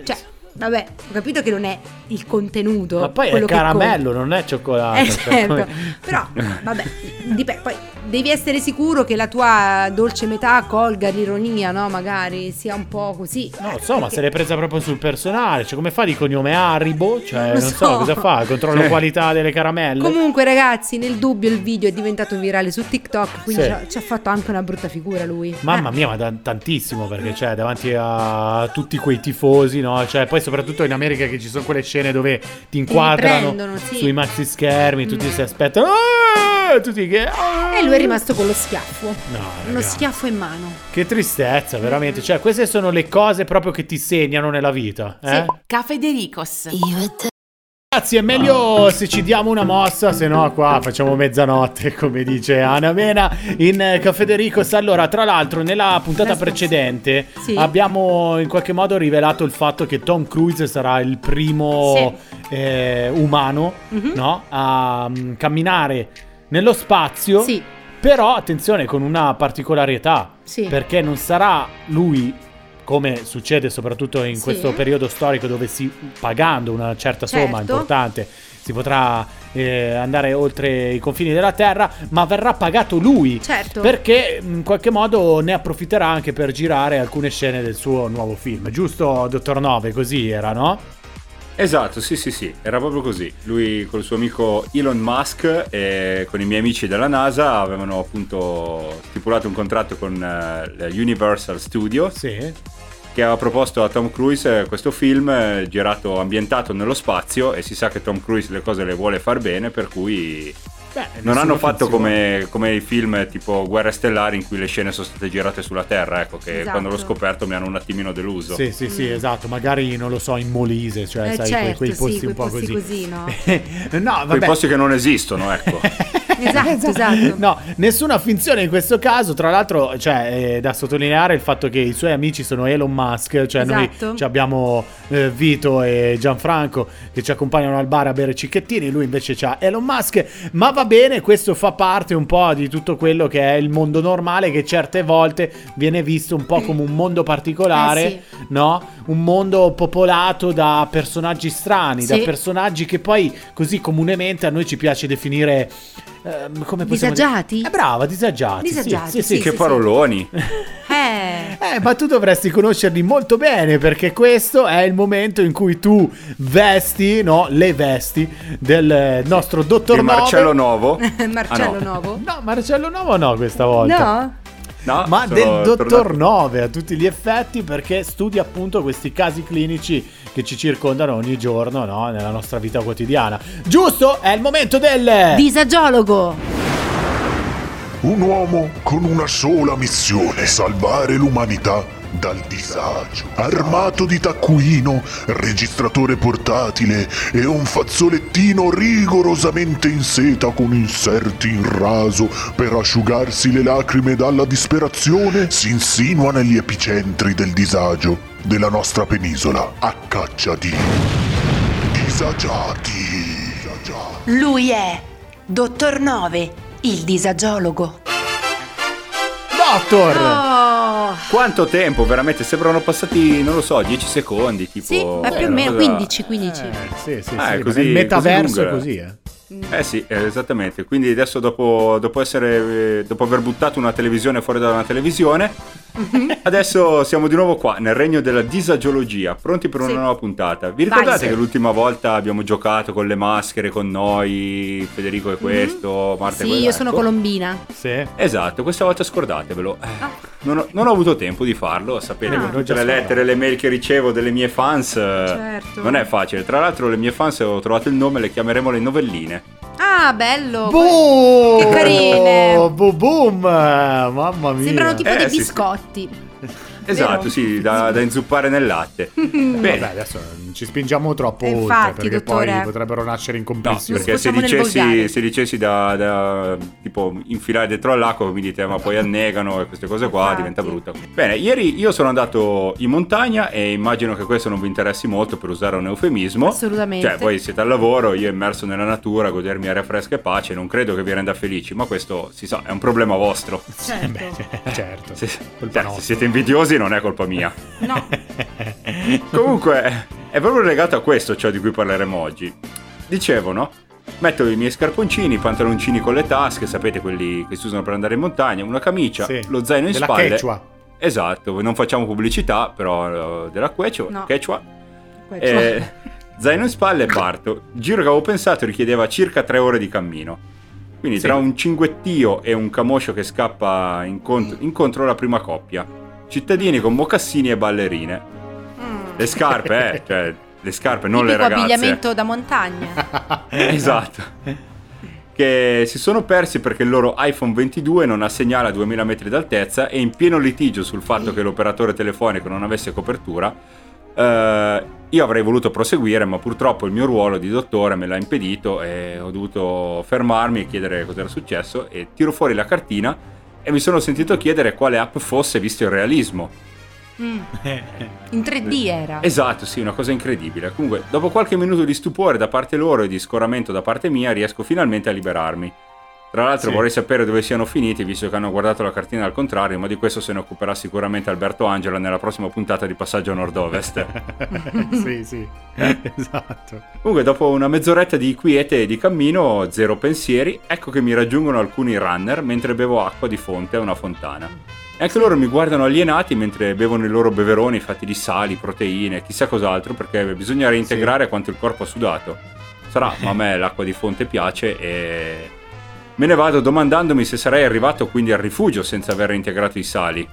[SPEAKER 2] Cioè, vabbè, ho capito che non è il contenuto.
[SPEAKER 1] Ma poi è
[SPEAKER 2] quello che
[SPEAKER 1] caramello,
[SPEAKER 2] conta.
[SPEAKER 1] non è cioccolato.
[SPEAKER 2] Eh
[SPEAKER 1] cioè,
[SPEAKER 2] certo,
[SPEAKER 1] come-
[SPEAKER 2] però vabbè, dipende, poi devi essere sicuro che la tua dolce metà colga l'ironia, no? Magari sia un po' così.
[SPEAKER 1] No, insomma, se l'è presa proprio sul personale. Cioè, come fa di cognome Haribo? Cioè, non so,
[SPEAKER 2] so.
[SPEAKER 1] cosa fa. Controllo
[SPEAKER 3] Sì.
[SPEAKER 1] qualità delle caramelle.
[SPEAKER 2] Comunque ragazzi, nel dubbio il video è diventato virale su TikTok, quindi
[SPEAKER 1] Sì.
[SPEAKER 2] ci ha- ci ha fatto anche una brutta figura lui.
[SPEAKER 1] Mamma
[SPEAKER 2] Eh.
[SPEAKER 1] mia, ma da- tantissimo perché cioè davanti a tutti quei tifosi, no? Cioè, poi soprattutto in America che ci sono quelle scene dove ti inquadrano
[SPEAKER 2] riprendono, sì.
[SPEAKER 1] sui maxi schermi, tutti si aspettano "Ah!" tutti che "Ah!"
[SPEAKER 2] Eh, E lui è rimasto con lo schiaffo.
[SPEAKER 1] No,
[SPEAKER 2] Uno
[SPEAKER 1] raga.
[SPEAKER 2] schiaffo in mano.
[SPEAKER 1] Che tristezza, veramente. Cioè, queste sono le cose proprio che ti segnano nella vita, eh?
[SPEAKER 4] Caffè De Ricos.
[SPEAKER 1] Ragazzi, è meglio se ci diamo una mossa, se no qua facciamo mezzanotte, come dice Anna Mena in eh, Caffè De Ricos. Allora, tra l'altro, nella puntata
[SPEAKER 2] Adesso-
[SPEAKER 1] precedente
[SPEAKER 2] Sì.
[SPEAKER 1] abbiamo in qualche modo rivelato il fatto che Tom Cruise sarà il primo eh, umano
[SPEAKER 2] Mhm.
[SPEAKER 1] no? a mm, camminare nello spazio.
[SPEAKER 2] Sì,
[SPEAKER 1] Però attenzione con una particolarità,
[SPEAKER 2] Sì.
[SPEAKER 1] perché non sarà lui come succede soprattutto in
[SPEAKER 2] Sì.
[SPEAKER 1] questo periodo storico dove si pagando una certa somma
[SPEAKER 2] Certo.
[SPEAKER 1] importante si potrà eh, andare oltre i confini della Terra, ma verrà pagato lui.
[SPEAKER 2] certo.
[SPEAKER 1] Perché in qualche modo ne approfitterà anche per girare alcune scene del suo nuovo film, giusto, Dottor Nove? Così era, no?
[SPEAKER 3] Esatto, sì, sì, sì, era proprio così. Lui col suo amico Elon Musk e con i miei amici della NASA avevano appunto stipulato un contratto con eh, la Universal Studios
[SPEAKER 1] Sì.
[SPEAKER 3] che aveva proposto a Tom Cruise eh, questo film eh, girato ambientato nello spazio e si sa che Tom Cruise le cose le vuole far bene, per cui
[SPEAKER 1] Eh,
[SPEAKER 3] non hanno fatto come, come i film tipo Guerre Stellari in cui le scene sono state girate sulla Terra, ecco che
[SPEAKER 2] Esatto.
[SPEAKER 3] quando l'ho scoperto mi hanno un attimino deluso.
[SPEAKER 1] Sì, sì, sì, esatto, magari non lo so, in Molise, cioè
[SPEAKER 2] Mm. Eh,
[SPEAKER 1] sai, quei,
[SPEAKER 2] certo,
[SPEAKER 1] quei
[SPEAKER 2] sì,
[SPEAKER 1] posti
[SPEAKER 2] quei
[SPEAKER 1] un po'
[SPEAKER 2] posti così, no?
[SPEAKER 1] no,
[SPEAKER 3] Quei
[SPEAKER 1] vabbè.
[SPEAKER 3] posti che non esistono, ecco.
[SPEAKER 2] Esatto, esatto.
[SPEAKER 1] No, nessuna finzione in questo caso. Tra l'altro, cioè, è da sottolineare il fatto che i suoi amici sono Elon Musk. Cioè, noi
[SPEAKER 2] Esatto.
[SPEAKER 1] ci abbiamo eh, Vito e Gianfranco che ci accompagnano al bar a bere cicchettini. Lui invece c'ha Elon Musk. Ma va bene, questo fa parte un po' di tutto quello che è il mondo normale, che certe volte viene visto un po' come un mondo particolare.
[SPEAKER 2] Eh, sì.
[SPEAKER 1] No? Un mondo popolato da personaggi strani, da
[SPEAKER 2] Sì.
[SPEAKER 1] personaggi che poi così comunemente a noi ci piace definire ehm, come possiamo
[SPEAKER 2] Disagiati?
[SPEAKER 1] dire? Eh, brava, disagiati. sì,
[SPEAKER 2] Disagiati,
[SPEAKER 1] sì, sì.
[SPEAKER 2] sì.
[SPEAKER 3] che paroloni.
[SPEAKER 2] Eh.
[SPEAKER 1] Eh, ma tu dovresti conoscerli molto bene perché questo è il momento in cui tu vesti, no, le vesti del eh, nostro dottor
[SPEAKER 3] Di
[SPEAKER 1] Novo.
[SPEAKER 3] Marcello Novo.
[SPEAKER 2] Marcello
[SPEAKER 3] Ah, no.
[SPEAKER 2] Novo?
[SPEAKER 1] No, Marcello Novo no questa volta.
[SPEAKER 2] No?
[SPEAKER 3] No,
[SPEAKER 1] Ma
[SPEAKER 3] Ah, sono
[SPEAKER 1] del dottor
[SPEAKER 3] tornato-
[SPEAKER 1] Nove a tutti gli effetti perché studia appunto questi casi clinici che ci circondano ogni giorno, no, nella nostra vita quotidiana. Giusto? È il momento del
[SPEAKER 2] Disagiologo.
[SPEAKER 7] Un uomo con una sola missione, salvare l'umanità dal disagio. Armato di taccuino, registratore portatile e un fazzolettino rigorosamente in seta con inserti in raso per asciugarsi le lacrime dalla disperazione, si insinua negli epicentri del disagio della nostra penisola a caccia di disagiati. Disagiati.
[SPEAKER 8] Lui è Dottor Nove, il disagiologo.
[SPEAKER 1] Dottor.
[SPEAKER 2] Oh.
[SPEAKER 3] Quanto tempo, veramente, sembrano passati, non lo so, 10 secondi, tipo...
[SPEAKER 2] Sì, ma più
[SPEAKER 3] Eh,
[SPEAKER 2] o
[SPEAKER 3] una
[SPEAKER 2] meno
[SPEAKER 3] cosa-
[SPEAKER 2] 15, 15.
[SPEAKER 1] Eh, sì, sì,
[SPEAKER 3] Ah,
[SPEAKER 1] sì,
[SPEAKER 3] è
[SPEAKER 1] ma
[SPEAKER 3] così-
[SPEAKER 1] il metaverso
[SPEAKER 3] così
[SPEAKER 1] è
[SPEAKER 3] lunga.
[SPEAKER 1] così, eh.
[SPEAKER 3] Eh sì, eh, esattamente. Quindi adesso dopo, dopo essere, eh, dopo aver buttato una televisione fuori da una televisione,
[SPEAKER 2] Mhm.
[SPEAKER 3] adesso siamo di nuovo qua nel regno della disagiologia, pronti per una
[SPEAKER 2] Sì.
[SPEAKER 3] nuova puntata.
[SPEAKER 2] Vai,
[SPEAKER 3] Vi ricordate
[SPEAKER 2] sì.
[SPEAKER 3] che l'ultima volta abbiamo giocato con le maschere, con noi, Federico è questo, Marta
[SPEAKER 2] Mhm.
[SPEAKER 3] è
[SPEAKER 2] Sì,
[SPEAKER 3] quello?
[SPEAKER 2] io sono
[SPEAKER 3] Ecco.
[SPEAKER 2] colombina.
[SPEAKER 1] Sì.
[SPEAKER 3] Esatto, questa volta scordatevelo. Eh, Non ho, non ho avuto tempo di farlo, sapete,
[SPEAKER 2] Ah.
[SPEAKER 3] con tutte le
[SPEAKER 1] Già so.
[SPEAKER 3] lettere, le mail che ricevo delle mie fans. eh,
[SPEAKER 2] Certo.
[SPEAKER 3] Non è facile. Tra l'altro le mie fans ho trovato il nome, le chiameremo le novelline.
[SPEAKER 2] Ah, bello.
[SPEAKER 1] Boh, Boom!
[SPEAKER 2] Che carine.
[SPEAKER 1] Boom, boom! Mamma mia!
[SPEAKER 2] Sembrano tipo
[SPEAKER 3] Eh,
[SPEAKER 2] dei
[SPEAKER 3] sì, sì.
[SPEAKER 2] biscotti.
[SPEAKER 3] Esatto, sì, da, da inzuppare nel latte.
[SPEAKER 1] Vabbè,
[SPEAKER 3] Bene.
[SPEAKER 1] adesso non ci spingiamo troppo
[SPEAKER 2] Eh,
[SPEAKER 1] oltre
[SPEAKER 2] infatti,
[SPEAKER 1] perché
[SPEAKER 2] dottore.
[SPEAKER 1] poi potrebbero nascere
[SPEAKER 3] No,
[SPEAKER 1] incomprensioni.
[SPEAKER 3] perché se
[SPEAKER 2] sfociamo nel
[SPEAKER 3] dicessi,
[SPEAKER 2] volgare.
[SPEAKER 3] se dicessi da, da, tipo infilare dentro all'acqua, mi dite ma poi annegano e queste cose qua,
[SPEAKER 2] Infatti.
[SPEAKER 3] diventa brutta. Bene, ieri io sono andato in montagna e immagino che questo non vi interessi molto per usare un eufemismo.
[SPEAKER 2] Assolutamente.
[SPEAKER 3] Cioè, voi siete al lavoro, io immerso nella natura, a godermi aria fresca e pace, non credo che vi renda felici, ma questo si sa, è un problema vostro.
[SPEAKER 1] Eh, beh, certo.
[SPEAKER 3] Se,
[SPEAKER 1] Colpa
[SPEAKER 3] cioè, se
[SPEAKER 1] nostra.
[SPEAKER 3] siete invidiosi non è colpa mia.
[SPEAKER 2] No,
[SPEAKER 3] Comunque, è proprio legato a questo ciò di cui parleremo oggi. Dicevo, no? Metto i miei scarponcini, i pantaloncini con le tasche, sapete quelli che si usano per andare in montagna, una camicia,
[SPEAKER 1] Sì.
[SPEAKER 3] Cioè, lo zaino in
[SPEAKER 1] Della
[SPEAKER 3] spalle.
[SPEAKER 1] Quechua.
[SPEAKER 3] Esatto, non facciamo pubblicità, però eh, della quechua,
[SPEAKER 2] No.
[SPEAKER 3] quechua.
[SPEAKER 2] questo.
[SPEAKER 3] Eh, zaino in spalle e parto. Il giro che avevo pensato richiedeva circa tre ore di cammino. Quindi tra un cinguettio e un camoscio che scappa incontro, incontro la prima coppia. Cittadini con mocassini e ballerine. Le scarpe, eh, cioè le scarpe, non le
[SPEAKER 2] Mm. Tipico
[SPEAKER 3] ragazze. eh.
[SPEAKER 2] abbigliamento da montagna.
[SPEAKER 3] Esatto. Che si sono persi perché il loro iPhone 22 non ha segnale a 2000 metri d'altezza e in pieno litigio sul fatto che l'operatore telefonico non avesse copertura. eh, io avrei voluto proseguire, ma purtroppo il mio ruolo di dottore me l'ha impedito e ho dovuto fermarmi e chiedere cos'era successo. E tiro fuori la cartina e mi sono sentito chiedere quale app fosse visto il realismo.
[SPEAKER 2] Mm.
[SPEAKER 1] Eh.
[SPEAKER 2] In 3D era.
[SPEAKER 3] Esatto, sì, una cosa incredibile. Comunque, dopo qualche minuto di stupore da parte loro e di scoramento da parte mia, riesco finalmente a liberarmi. Tra l'altro
[SPEAKER 1] Sì.
[SPEAKER 3] vorrei sapere dove siano finiti, visto che hanno guardato la cartina al contrario, ma di questo se ne occuperà sicuramente Alberto Angela nella prossima puntata di Passaggio a Nord-Ovest.
[SPEAKER 1] sì, sì.
[SPEAKER 3] Eh.
[SPEAKER 1] esatto.
[SPEAKER 3] Comunque, dopo una mezz'oretta di quiete e di cammino, zero pensieri, ecco che mi raggiungono alcuni runner mentre bevo acqua di fonte a una fontana. E anche loro mi guardano alienati mentre bevono i loro beveroni fatti di sali, proteine, chissà cos'altro, perché bisogna reintegrare quanto il corpo ha sudato. Sarà, ma a me l'acqua di fonte piace e... Me ne vado domandandomi se sarei arrivato quindi al rifugio senza aver reintegrato i sali.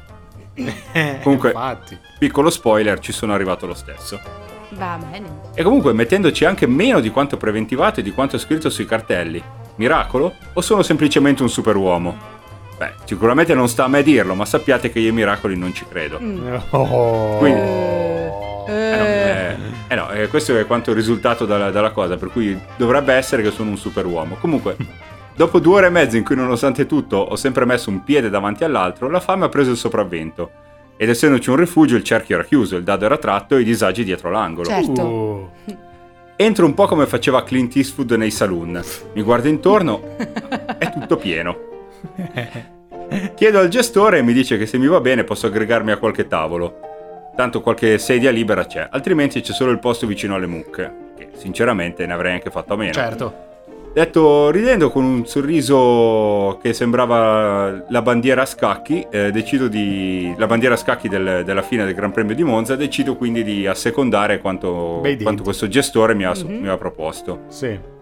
[SPEAKER 3] Comunque-
[SPEAKER 1] Infatti.
[SPEAKER 3] Piccolo spoiler, ci sono arrivato lo stesso.
[SPEAKER 2] Va bene.
[SPEAKER 3] E comunque mettendoci anche meno di quanto preventivato e di quanto scritto sui cartelli. Miracolo? O sono semplicemente un superuomo? Beh, sicuramente non sta a me dirlo, ma sappiate che io ai miracoli non ci credo.
[SPEAKER 1] Oh.
[SPEAKER 3] Quindi-
[SPEAKER 2] Mm. Eh,
[SPEAKER 3] Eh no, eh, eh no, eh, questo è quanto è risultato dalla, dalla cosa, per cui dovrebbe essere che sono un superuomo. Comunque, dopo due ore e mezzo in cui nonostante tutto ho sempre messo un piede davanti all'altro, la fame ha preso il sopravvento. Ed essendoci un rifugio, il cerchio era chiuso, il dado era tratto e i disagi dietro l'angolo.
[SPEAKER 2] Certo.
[SPEAKER 1] Uh.
[SPEAKER 3] Entro un po' come faceva Clint Eastwood nei saloon. Mi guardo intorno, è tutto pieno. Chiedo al gestore e mi dice che se mi va bene posso aggregarmi a qualche tavolo. Tanto qualche sedia libera c'è, altrimenti c'è solo il posto vicino alle mucche, che sinceramente ne avrei anche fatto a meno.
[SPEAKER 1] Certo.
[SPEAKER 3] Detto ridendo con un sorriso che sembrava la bandiera a scacchi, eh, decido di. la bandiera a scacchi del- della fine del Gran Premio di Monza, decido quindi di assecondare quanto,
[SPEAKER 1] Bei denti.
[SPEAKER 3] quanto questo gestore mi ha, mi ha proposto.
[SPEAKER 1] Sì.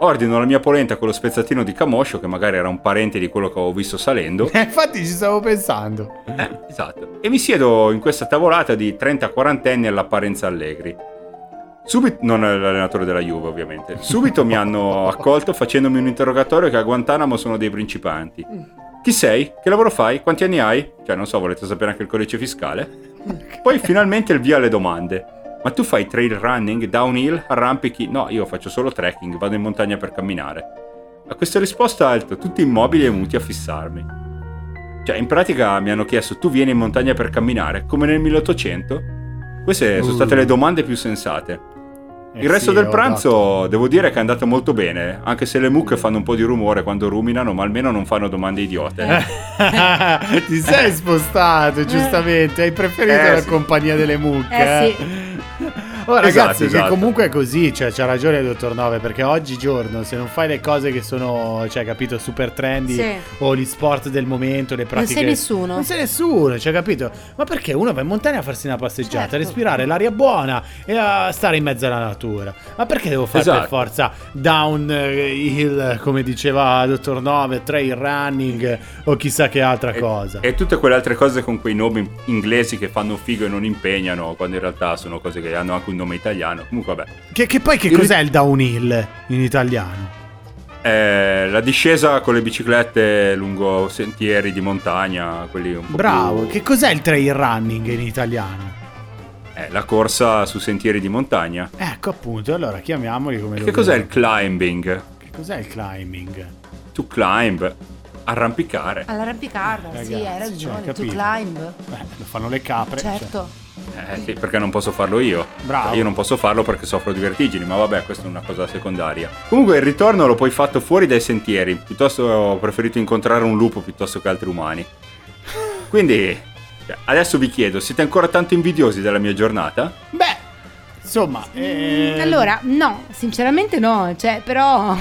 [SPEAKER 3] Ordino la mia polenta con lo spezzatino di camoscio, che magari era un parente di quello che avevo visto salendo.
[SPEAKER 1] Eh, Infatti ci stavo pensando.
[SPEAKER 3] Eh, esatto. E mi siedo in questa tavolata di 30-40 anni all'apparenza allegri. Subito, non l'allenatore della Juve ovviamente, subito mi hanno accolto facendomi un interrogatorio che a Guantanamo sono dei principianti. Chi sei? Che lavoro fai? Quanti anni hai? Cioè, non so, volete sapere anche il codice fiscale? Poi finalmente il via alle domande. Ma tu fai trail running, downhill, arrampichi? No, io faccio solo trekking, vado in montagna per camminare. A questa risposta alto, tutti immobili e muti a fissarmi. Cioè, in pratica mi hanno chiesto, tu vieni in montagna per camminare, come nel 1800? Queste sono
[SPEAKER 1] Uh.
[SPEAKER 3] state le domande più sensate.
[SPEAKER 1] Eh,
[SPEAKER 3] Il resto
[SPEAKER 1] sì,
[SPEAKER 3] del
[SPEAKER 1] ho
[SPEAKER 3] pranzo devo dire che è andato molto bene, anche se le mucche fanno un po' di rumore quando ruminano, ma almeno non fanno domande idiote.
[SPEAKER 1] dato. Ti sei
[SPEAKER 2] Eh.
[SPEAKER 1] spostato, giustamente. Hai preferito
[SPEAKER 3] Eh,
[SPEAKER 1] la
[SPEAKER 3] sì.
[SPEAKER 1] compagnia delle mucche.
[SPEAKER 2] Eh,
[SPEAKER 1] eh? Oh, ragazzi, che
[SPEAKER 3] esatto.
[SPEAKER 1] comunque è così, cioè c'ha ragione il dottor Nove, perché oggigiorno se non fai le cose che sono, cioè, capito, super trendy
[SPEAKER 2] Sì.
[SPEAKER 1] o gli sport del momento, le pratiche...
[SPEAKER 2] sei nessuno.
[SPEAKER 1] Non sei nessuno, cioè, capito? Ma perché uno va in montagna a farsi una passeggiata, a
[SPEAKER 2] Certo.
[SPEAKER 1] respirare l'aria buona e a stare in mezzo alla natura? Ma perché devo fare per
[SPEAKER 3] Esatto.
[SPEAKER 1] forza downhill, eh, come diceva dottor Nove, trail running o chissà che altra
[SPEAKER 3] E-
[SPEAKER 1] cosa?
[SPEAKER 3] E, tutte quelle altre cose con quei nomi inglesi che fanno figo e non impegnano, quando in realtà sono cose che hanno anche un nome italiano. Comunque, vabbè.
[SPEAKER 1] Che, che poi che
[SPEAKER 3] Io-
[SPEAKER 1] cos'è il downhill in italiano?
[SPEAKER 3] Eh, la discesa con le biciclette lungo sentieri di montagna, quelli un po'
[SPEAKER 1] Bravo,
[SPEAKER 3] più-
[SPEAKER 1] che cos'è il trail running in italiano?
[SPEAKER 3] eh, la corsa su sentieri di montagna.
[SPEAKER 1] Ecco appunto, allora chiamiamoli come lo
[SPEAKER 3] Che cos'è il
[SPEAKER 1] vogliamo.
[SPEAKER 3] climbing?
[SPEAKER 1] Che cos'è il climbing?
[SPEAKER 3] To climb, arrampicare.
[SPEAKER 2] All'arrampicarla, sì,
[SPEAKER 1] Ragazzi,
[SPEAKER 2] hai
[SPEAKER 1] cioè,
[SPEAKER 2] ragione. to
[SPEAKER 1] capito.
[SPEAKER 2] climb,
[SPEAKER 1] Beh, lo fanno le capre. cioè.
[SPEAKER 2] certo.
[SPEAKER 3] Eh sì, perché non posso farlo io.
[SPEAKER 1] Bravo.
[SPEAKER 3] Io non posso farlo perché soffro di vertigini, ma vabbè, questa è una cosa secondaria. Comunque il ritorno l'ho poi fatto fuori dai sentieri, piuttosto ho preferito incontrare un lupo piuttosto che altri umani. Quindi, cioè, adesso vi chiedo, siete ancora tanto invidiosi della mia giornata?
[SPEAKER 1] Beh, insomma... eh,
[SPEAKER 2] Mm, Allora, no, sinceramente no, cioè, però...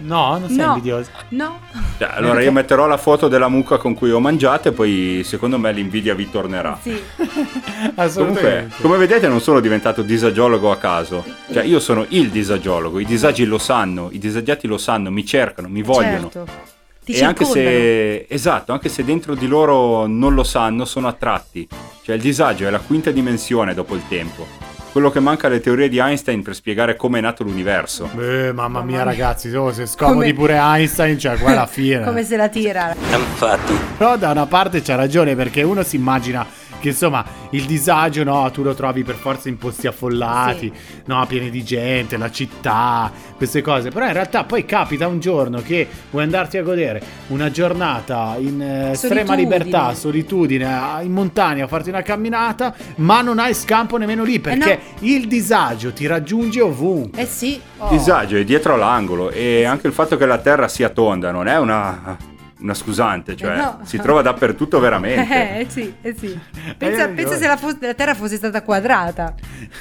[SPEAKER 1] No, non sei
[SPEAKER 2] No.
[SPEAKER 1] invidioso.
[SPEAKER 2] No.
[SPEAKER 3] Cioè, allora io metterò la foto della mucca con cui ho mangiato e poi secondo me l'invidia vi tornerà.
[SPEAKER 2] Sì.
[SPEAKER 3] Comunque,
[SPEAKER 1] Assolutamente.
[SPEAKER 3] come vedete non sono diventato disagiologo a caso, cioè io sono il disagiologo, i disagi lo sanno, i disagiati lo sanno, mi cercano, mi vogliono.
[SPEAKER 2] Certo. Ti
[SPEAKER 3] e anche
[SPEAKER 2] circondano.
[SPEAKER 3] se, esatto, anche se dentro di loro non lo sanno, sono attratti. Cioè il disagio è la quinta dimensione dopo il tempo. Quello che manca alle teorie di Einstein per spiegare come è nato l'universo.
[SPEAKER 1] Eh, mamma mia
[SPEAKER 2] Mamma mia.
[SPEAKER 1] ragazzi, oh, se scomodi
[SPEAKER 2] Come-
[SPEAKER 1] pure Einstein, cioè qua è la fine.
[SPEAKER 2] Come se la tira.
[SPEAKER 1] Però da una parte c'ha ragione perché uno si immagina che insomma il disagio no, tu lo trovi per forza in posti affollati, no, pieni di gente, la città, queste cose. Però in realtà poi capita un giorno che vuoi andarti a godere una giornata in eh, estrema
[SPEAKER 2] Solitudine.
[SPEAKER 1] libertà, solitudine, a- in montagna, a farti una camminata, ma non hai scampo nemmeno lì perché il disagio ti raggiunge ovunque.
[SPEAKER 2] Eh sì. oh.
[SPEAKER 3] Disagio è dietro l'angolo e anche il fatto che la Terra sia tonda non è una, una scusante, cioè
[SPEAKER 2] Eh no.
[SPEAKER 3] si trova dappertutto veramente.
[SPEAKER 2] Eh eh sì, eh sì.
[SPEAKER 1] Hai
[SPEAKER 2] Pensa,
[SPEAKER 1] ragione.
[SPEAKER 2] pensa se la, fos- la terra fosse stata quadrata.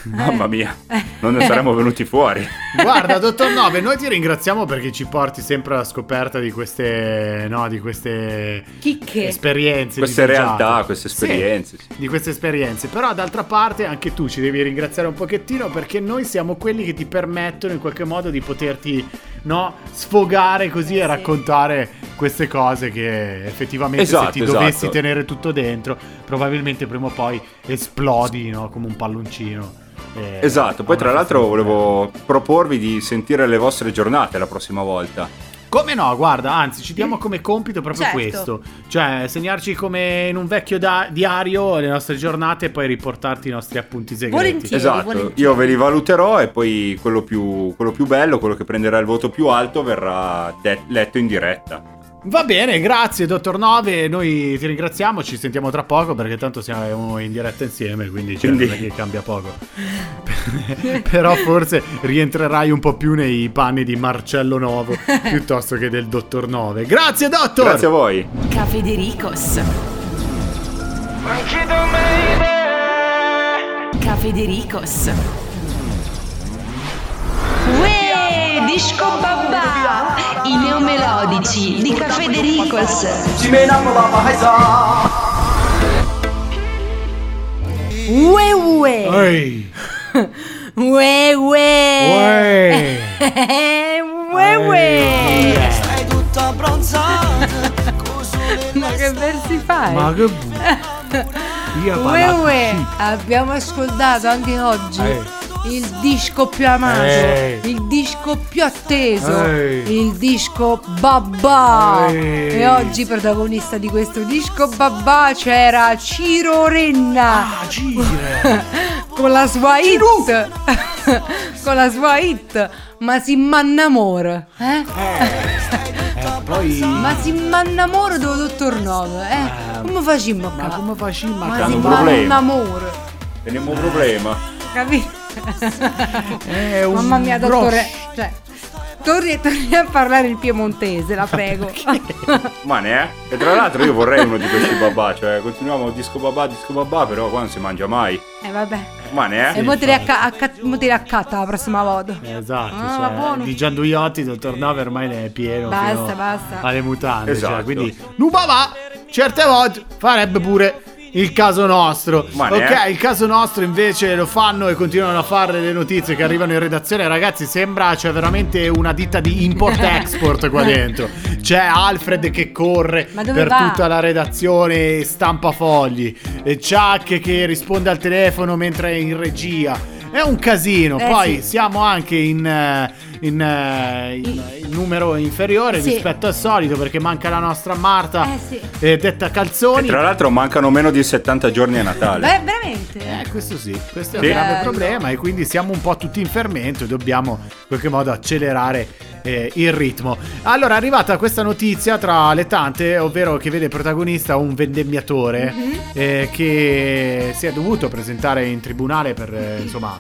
[SPEAKER 3] Mamma mia, non ne saremmo venuti fuori.
[SPEAKER 1] Guarda, dottor Nove, noi ti ringraziamo perché ci porti sempre alla scoperta di queste, no, di queste
[SPEAKER 2] Chicche.
[SPEAKER 1] esperienze.
[SPEAKER 3] Queste
[SPEAKER 1] disagiate.
[SPEAKER 3] realtà, queste
[SPEAKER 1] Sì,
[SPEAKER 3] esperienze, sì.
[SPEAKER 1] di queste esperienze. Però d'altra parte anche tu ci devi ringraziare un pochettino perché noi siamo quelli che ti permettono in qualche modo di poterti no, sfogare così e raccontare queste cose che effettivamente se
[SPEAKER 3] Esatto,
[SPEAKER 1] ti
[SPEAKER 3] esatto.
[SPEAKER 1] dovessi tenere tutto dentro probabilmente prima o poi esplodi no, come un palloncino. eh,
[SPEAKER 3] Esatto,
[SPEAKER 1] a
[SPEAKER 3] poi
[SPEAKER 1] una
[SPEAKER 3] tra l'altro
[SPEAKER 1] festa.
[SPEAKER 3] volevo proporvi di sentire le vostre giornate la prossima volta.
[SPEAKER 1] Come no, guarda, anzi, ci diamo come compito proprio
[SPEAKER 2] Mm. Certo.
[SPEAKER 1] questo. Cioè, segnarci come in un vecchio da- diario le nostre giornate e poi riportarti i nostri appunti segreti.
[SPEAKER 2] Volentieri. Sì,
[SPEAKER 3] esatto,
[SPEAKER 2] volentieri.
[SPEAKER 3] io ve li valuterò e poi quello più, quello più bello, quello che prenderà il voto più alto verrà de- letto in diretta.
[SPEAKER 1] Va bene, grazie, dottor Nove. Noi ti ringraziamo, ci sentiamo tra poco perché tanto siamo in diretta insieme, quindi, cioè,
[SPEAKER 3] Quindi-
[SPEAKER 1] non è che cambia poco. Però forse rientrerai un po' più nei panni di Marcello Novo piuttosto che del dottor Nove. Grazie, dottor!
[SPEAKER 3] Grazie a voi.
[SPEAKER 4] Cafedericos. Cafedericos.
[SPEAKER 9] Uè, disco babà, i neomelodici di Caffè De Ricos.
[SPEAKER 2] Ue ue.
[SPEAKER 1] Ehi!
[SPEAKER 2] Ue ue.
[SPEAKER 1] Uè.
[SPEAKER 2] Ue ue. Ma che versi fai?
[SPEAKER 1] Ma che bu- Via
[SPEAKER 2] Uè,
[SPEAKER 1] palazzi.
[SPEAKER 2] uè, abbiamo ascoltato anche oggi il disco più amato,
[SPEAKER 1] Eh.
[SPEAKER 2] il disco più atteso,
[SPEAKER 1] Eh.
[SPEAKER 2] il disco Babà.
[SPEAKER 1] Eh.
[SPEAKER 2] E oggi protagonista di questo disco Babà c'era Ciro Renna
[SPEAKER 1] Ah, gire.
[SPEAKER 2] con la sua hit, con la sua hit, ma si mannamore, eh?
[SPEAKER 1] Eh, poi...
[SPEAKER 2] Ma si mannamore dove dottor Nove, eh? Come facciamo a
[SPEAKER 1] Ma
[SPEAKER 2] ca-
[SPEAKER 1] come facciamo a
[SPEAKER 2] Ma si
[SPEAKER 3] un
[SPEAKER 1] cantare?
[SPEAKER 3] problema.
[SPEAKER 2] mannamore,
[SPEAKER 3] Teniamo un problema.
[SPEAKER 2] capito?
[SPEAKER 1] È un
[SPEAKER 2] Mamma mia,
[SPEAKER 1] grosso.
[SPEAKER 2] dottore. Cioè, torni, torni a parlare il piemontese, la prego.
[SPEAKER 3] Ma ne è? eh? E tra l'altro io vorrei uno di questi babà, cioè continuiamo disco babà, disco babà, però qua non si mangia mai.
[SPEAKER 2] eh, vabbè.
[SPEAKER 3] Buone, eh?
[SPEAKER 2] E mo te le acca- acca- mo te le accatta la prossima volta.
[SPEAKER 1] Eh, Esatto,
[SPEAKER 2] Ah,
[SPEAKER 1] cioè,
[SPEAKER 2] ma buono.
[SPEAKER 1] di Gianduiotti dottor Nove ormai ne è pieno.
[SPEAKER 2] Basta,
[SPEAKER 1] fino
[SPEAKER 2] basta.
[SPEAKER 1] Alle mutande. cioè,
[SPEAKER 3] Esatto.
[SPEAKER 1] quindi, Nubava, certe volte farebbe pure il caso nostro.
[SPEAKER 3] Ma ne
[SPEAKER 1] ok,
[SPEAKER 3] è.
[SPEAKER 1] il caso nostro invece lo fanno e continuano a fare le notizie che arrivano in redazione. Ragazzi, sembra c'è veramente una ditta di import-export qua dentro. C'è Alfred che corre
[SPEAKER 2] Ma dove
[SPEAKER 1] per
[SPEAKER 2] va?
[SPEAKER 1] tutta la redazione e stampa fogli. E Chuck che risponde al telefono mentre è in regia. È un casino.
[SPEAKER 2] Eh,
[SPEAKER 1] Poi
[SPEAKER 2] sì.
[SPEAKER 1] siamo anche in, eh, in, eh, in- in numero inferiore
[SPEAKER 2] Sì.
[SPEAKER 1] rispetto al solito perché manca la nostra Marta,
[SPEAKER 2] Eh, sì.
[SPEAKER 1] eh, detta
[SPEAKER 3] E
[SPEAKER 1] Calzoni.
[SPEAKER 3] tra l'altro mancano meno di 70 giorni a Natale.
[SPEAKER 2] Beh, veramente.
[SPEAKER 1] Eh, questo sì, questo è un
[SPEAKER 3] Sì.
[SPEAKER 1] grave
[SPEAKER 2] Bello.
[SPEAKER 1] problema e quindi siamo un po' tutti in fermento e dobbiamo in qualche modo accelerare eh, il ritmo. Allora è arrivata questa notizia tra le tante, ovvero che vede protagonista un vendemmiatore
[SPEAKER 2] Mhm. Mm-hmm.
[SPEAKER 1] eh, che si è dovuto presentare in tribunale per eh, insomma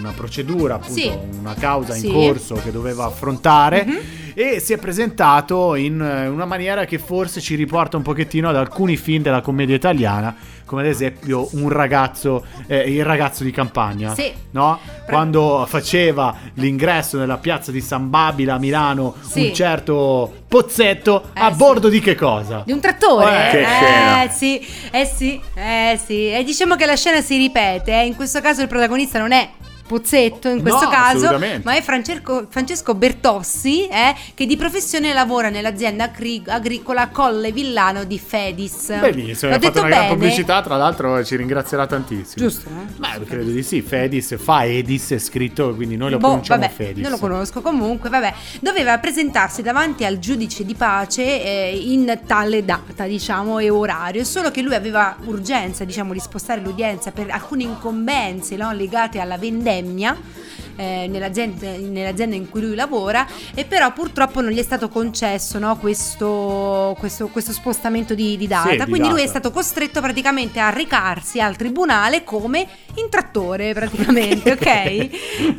[SPEAKER 1] una procedura, appunto,
[SPEAKER 2] Sì.
[SPEAKER 1] una causa
[SPEAKER 2] Sì. Mhm.
[SPEAKER 1] in corso che doveva affrontare e si è presentato in eh, una maniera che forse ci riporta un pochettino ad alcuni film della commedia italiana, come ad esempio un ragazzo, eh, il ragazzo di campagna.
[SPEAKER 2] Sì.
[SPEAKER 1] No? Quando faceva l'ingresso nella piazza di San Babila a Milano
[SPEAKER 2] Sì.
[SPEAKER 1] un certo Pozzetto
[SPEAKER 2] Eh,
[SPEAKER 1] a
[SPEAKER 2] sì.
[SPEAKER 1] bordo di che cosa?
[SPEAKER 2] Di un trattore?
[SPEAKER 1] Eh,
[SPEAKER 3] che
[SPEAKER 2] eh,
[SPEAKER 3] scena.
[SPEAKER 2] sì, eh sì, eh sì. E diciamo che la scena si ripete. eh. In questo caso il protagonista non è Pozzetto, in questo
[SPEAKER 1] No,
[SPEAKER 2] caso,
[SPEAKER 1] assolutamente.
[SPEAKER 2] ma è Francesco, Francesco Bertossi, eh, che di professione lavora nell'azienda agri- agricola Colle Villano di Fedis.
[SPEAKER 1] Benissimo,
[SPEAKER 2] L'ho
[SPEAKER 1] ha fatto
[SPEAKER 2] detto
[SPEAKER 1] una gran
[SPEAKER 2] bene?
[SPEAKER 1] pubblicità, tra l'altro ci ringrazierà tantissimo.
[SPEAKER 2] Giusto, eh?
[SPEAKER 1] Beh, credo di sì, Fedis fa Edis è scritto, quindi noi lo
[SPEAKER 2] Boh,
[SPEAKER 1] pronunciamo
[SPEAKER 2] vabbè,
[SPEAKER 1] Fedis.
[SPEAKER 2] Non lo conosco comunque, vabbè. Doveva presentarsi davanti al giudice di pace eh, in tale data, diciamo, e orario, solo che lui aveva urgenza, diciamo, di spostare l'udienza per alcune incombenze no, legate alla vendemmia. eh, nell'azienda, nell'azienda in cui lui lavora e però purtroppo non gli è stato concesso no, questo, questo- questo spostamento di, di data
[SPEAKER 1] Sì, di
[SPEAKER 2] quindi lui è
[SPEAKER 1] data.
[SPEAKER 2] stato costretto praticamente a recarsi al tribunale come in trattore praticamente ok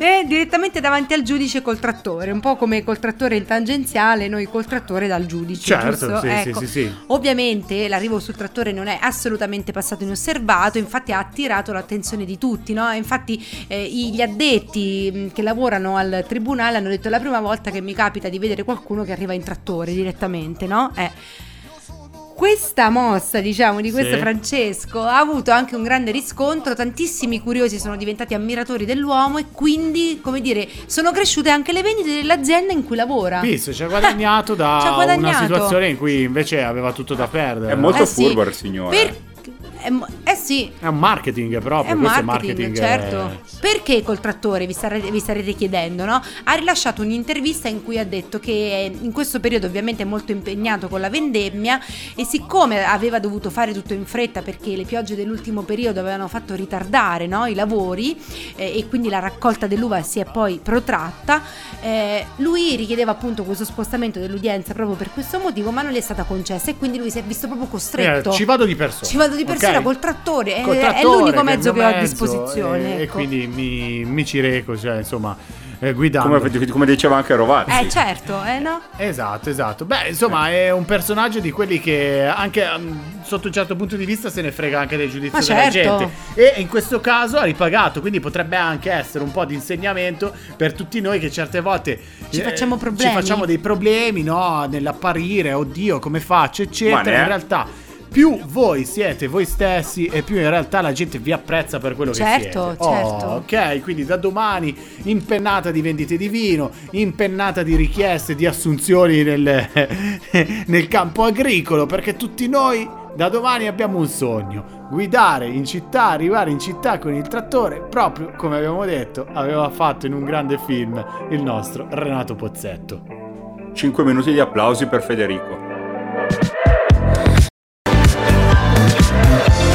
[SPEAKER 2] e direttamente davanti al giudice col trattore, un po' come col trattore in tangenziale, noi col trattore dal giudice.
[SPEAKER 1] Certo,
[SPEAKER 2] giusto?
[SPEAKER 1] sì,
[SPEAKER 2] Ecco.
[SPEAKER 1] sì, sì, sì.
[SPEAKER 2] Ovviamente l'arrivo sul trattore non è assolutamente passato inosservato, infatti ha attirato l'attenzione di tutti, no? Infatti eh, i- gli addetti mh, che lavorano al tribunale hanno detto "È la prima volta che mi capita di vedere qualcuno che arriva in trattore direttamente, no? Eh. Questa mossa, diciamo, di questo
[SPEAKER 1] Sì.
[SPEAKER 2] Francesco ha avuto anche un grande riscontro, tantissimi curiosi sono diventati ammiratori dell'uomo e quindi, come dire, sono cresciute anche le vendite dell'azienda in cui lavora.
[SPEAKER 1] Visto, ci ha guadagnato
[SPEAKER 2] Ci ha
[SPEAKER 1] da
[SPEAKER 2] guadagnato.
[SPEAKER 1] una situazione in cui invece aveva tutto da perdere.
[SPEAKER 3] È molto
[SPEAKER 2] Eh sì,
[SPEAKER 3] furbo il signore.
[SPEAKER 2] Per- è mo- Eh sì,
[SPEAKER 1] È un marketing proprio,
[SPEAKER 2] è
[SPEAKER 1] Ah, questo
[SPEAKER 2] marketing,
[SPEAKER 1] è marketing.
[SPEAKER 2] certo.
[SPEAKER 1] eh,
[SPEAKER 2] Perché col trattore, vi sarete, vi sarete chiedendo, no? Ha rilasciato un'intervista in cui ha detto che eh, in questo periodo ovviamente è molto impegnato con la vendemmia e siccome aveva dovuto fare tutto in fretta perché le piogge dell'ultimo periodo avevano fatto ritardare no, i lavori eh, e quindi la raccolta dell'uva si è poi protratta, eh, lui richiedeva appunto questo spostamento dell'udienza proprio per questo motivo, ma non gli è stata concessa e quindi lui si è visto proprio costretto.
[SPEAKER 1] eh, ci vado di persona.
[SPEAKER 2] Ci vado di persona
[SPEAKER 1] ok?
[SPEAKER 2] col trattore, è-
[SPEAKER 1] Col
[SPEAKER 2] è
[SPEAKER 1] trattore,
[SPEAKER 2] l'unico
[SPEAKER 1] che è il
[SPEAKER 2] mezzo
[SPEAKER 1] mio
[SPEAKER 2] che ho a
[SPEAKER 1] mezzo,
[SPEAKER 2] disposizione,
[SPEAKER 1] E,
[SPEAKER 2] ecco.
[SPEAKER 1] e quindi mi, mi ci reco, cioè, insomma, eh, guidando.
[SPEAKER 3] come, come diceva anche Rovazzi.
[SPEAKER 2] Eh certo, eh no?
[SPEAKER 1] Esatto, esatto. Beh, insomma,
[SPEAKER 2] Eh.
[SPEAKER 1] è un personaggio di quelli che anche mm, sotto un certo punto di vista se ne frega anche del giudizio
[SPEAKER 2] Ma
[SPEAKER 1] della
[SPEAKER 2] certo.
[SPEAKER 1] gente. E in questo caso ha ripagato, quindi potrebbe anche essere un po' di insegnamento per tutti noi che certe volte
[SPEAKER 2] Ci
[SPEAKER 1] eh,
[SPEAKER 2] facciamo problemi.
[SPEAKER 1] Ci facciamo dei problemi, no? Nell'apparire, oddio, come faccio, eccetera.
[SPEAKER 3] Ma ne è.
[SPEAKER 1] In realtà più voi siete voi stessi e più in realtà la gente vi apprezza per quello che siete.
[SPEAKER 2] Certo,
[SPEAKER 1] Oh,
[SPEAKER 2] certo.
[SPEAKER 1] Ok, quindi da domani impennata di vendite di vino, impennata di richieste di assunzioni nel, nel campo agricolo, perché tutti noi da domani abbiamo un sogno, guidare in città, arrivare in città con il trattore, proprio come abbiamo detto, aveva fatto in un grande film il nostro Renato Pozzetto.
[SPEAKER 3] 5 minuti di applausi per Federico.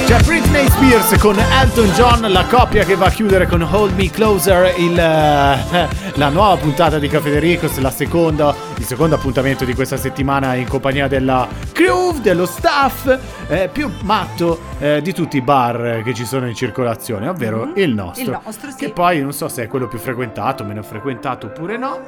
[SPEAKER 1] C'è Britney Spears con Elton John, la coppia che va a chiudere con Hold Me Closer, il, eh, la nuova puntata di Caffè De Ricos, la seconda, il il secondo appuntamento di questa settimana in compagnia della crew, dello staff eh, più matto eh, di tutti i bar che ci sono in circolazione, ovvero
[SPEAKER 2] Mhm.
[SPEAKER 1] il nostro.
[SPEAKER 2] Il nostro, sì.
[SPEAKER 1] Che poi non so se è quello più frequentato, meno frequentato oppure no.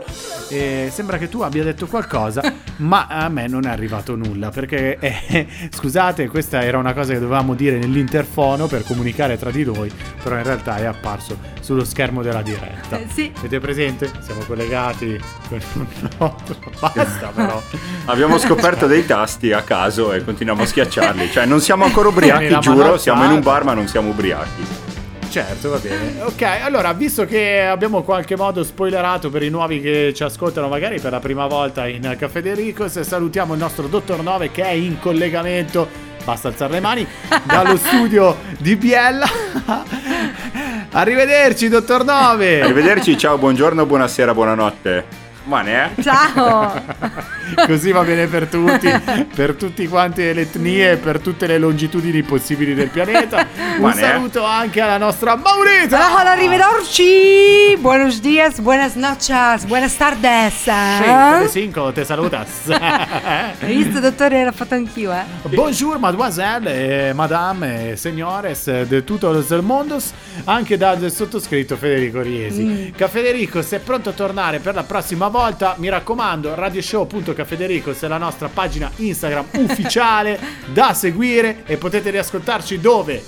[SPEAKER 1] Eh, sembra che tu abbia detto qualcosa, ma a me non è arrivato nulla perché, eh, scusate, questa era una cosa che dovevamo dire nell'interfono per comunicare tra di noi, però in realtà è apparso sullo schermo della diretta.
[SPEAKER 2] Eh, sì.
[SPEAKER 1] Siete presente? Siamo collegati con un altro. Basta però.
[SPEAKER 3] Abbiamo scoperto dei tasti a caso e continuiamo a schiacciarli. Cioè, non siamo ancora
[SPEAKER 1] Vieni la
[SPEAKER 3] ubriachi,
[SPEAKER 1] mano
[SPEAKER 3] giuro.
[SPEAKER 1] alzata.
[SPEAKER 3] Siamo in un bar, ma non siamo ubriachi.
[SPEAKER 1] Certo, va bene. Ok, allora, visto che abbiamo in qualche modo spoilerato per i nuovi che ci ascoltano magari per la prima volta in Caffè De Ricos, salutiamo il nostro Dottor 9 che è in collegamento, basta alzare le mani, dallo studio di Biella. Arrivederci, Dottor 9!
[SPEAKER 3] Arrivederci, ciao, buongiorno, buonasera, buonanotte. eh? Ma ne è?
[SPEAKER 2] Ciao!
[SPEAKER 1] Così va bene per tutti, per tutti quanti le etnie, per tutte le longitudini possibili del pianeta. Un
[SPEAKER 3] Buone, eh?
[SPEAKER 1] saluto anche alla nostra Maurita!
[SPEAKER 2] Hola, arrivederci! Buenos dias, buenas noches, buenas tardes!
[SPEAKER 1] Scelte de
[SPEAKER 2] Eh?
[SPEAKER 1] cinco, te salutas!
[SPEAKER 2] Hai visto, dottore? L'ho fatto anch'io, eh?
[SPEAKER 1] Bonjour mademoiselle, eh, madame, eh, signores eh, de tutto il mondo, anche dal sottoscritto Federico Riesi. Cafederico, se è pronto a tornare per la prossima volta, mi raccomando, radioshow.cafederico è la nostra pagina Instagram ufficiale da seguire e potete riascoltarci dove?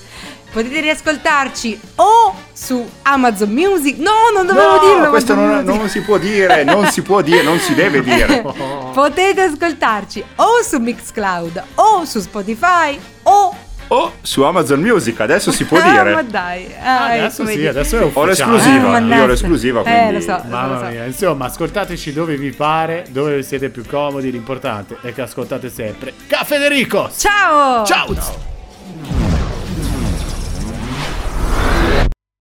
[SPEAKER 2] Potete riascoltarci o su Amazon Music. No, non dovevo
[SPEAKER 3] no,
[SPEAKER 2] dirlo.
[SPEAKER 3] questo
[SPEAKER 2] Amazon
[SPEAKER 3] non,
[SPEAKER 2] Music.
[SPEAKER 3] non si può dire, non si può dire, non si deve dire.
[SPEAKER 2] Potete ascoltarci o su Mixcloud o su Spotify o
[SPEAKER 3] O su Amazon Music, adesso si può
[SPEAKER 2] Ah, ma
[SPEAKER 3] dire.
[SPEAKER 2] dai. Ah,
[SPEAKER 1] adesso
[SPEAKER 2] come
[SPEAKER 1] sì,
[SPEAKER 2] dire.
[SPEAKER 1] adesso è
[SPEAKER 3] Ho
[SPEAKER 1] ufficiale.
[SPEAKER 3] l'esclusiva,
[SPEAKER 2] Ah, mannaggia.
[SPEAKER 3] io ho l'esclusiva. Quindi...
[SPEAKER 2] Eh, lo so.
[SPEAKER 1] Mamma mia, insomma, ascoltateci dove vi pare, dove siete più comodi, l'importante è che ascoltate sempre Cafederico!
[SPEAKER 2] Ciao!
[SPEAKER 1] Ciao!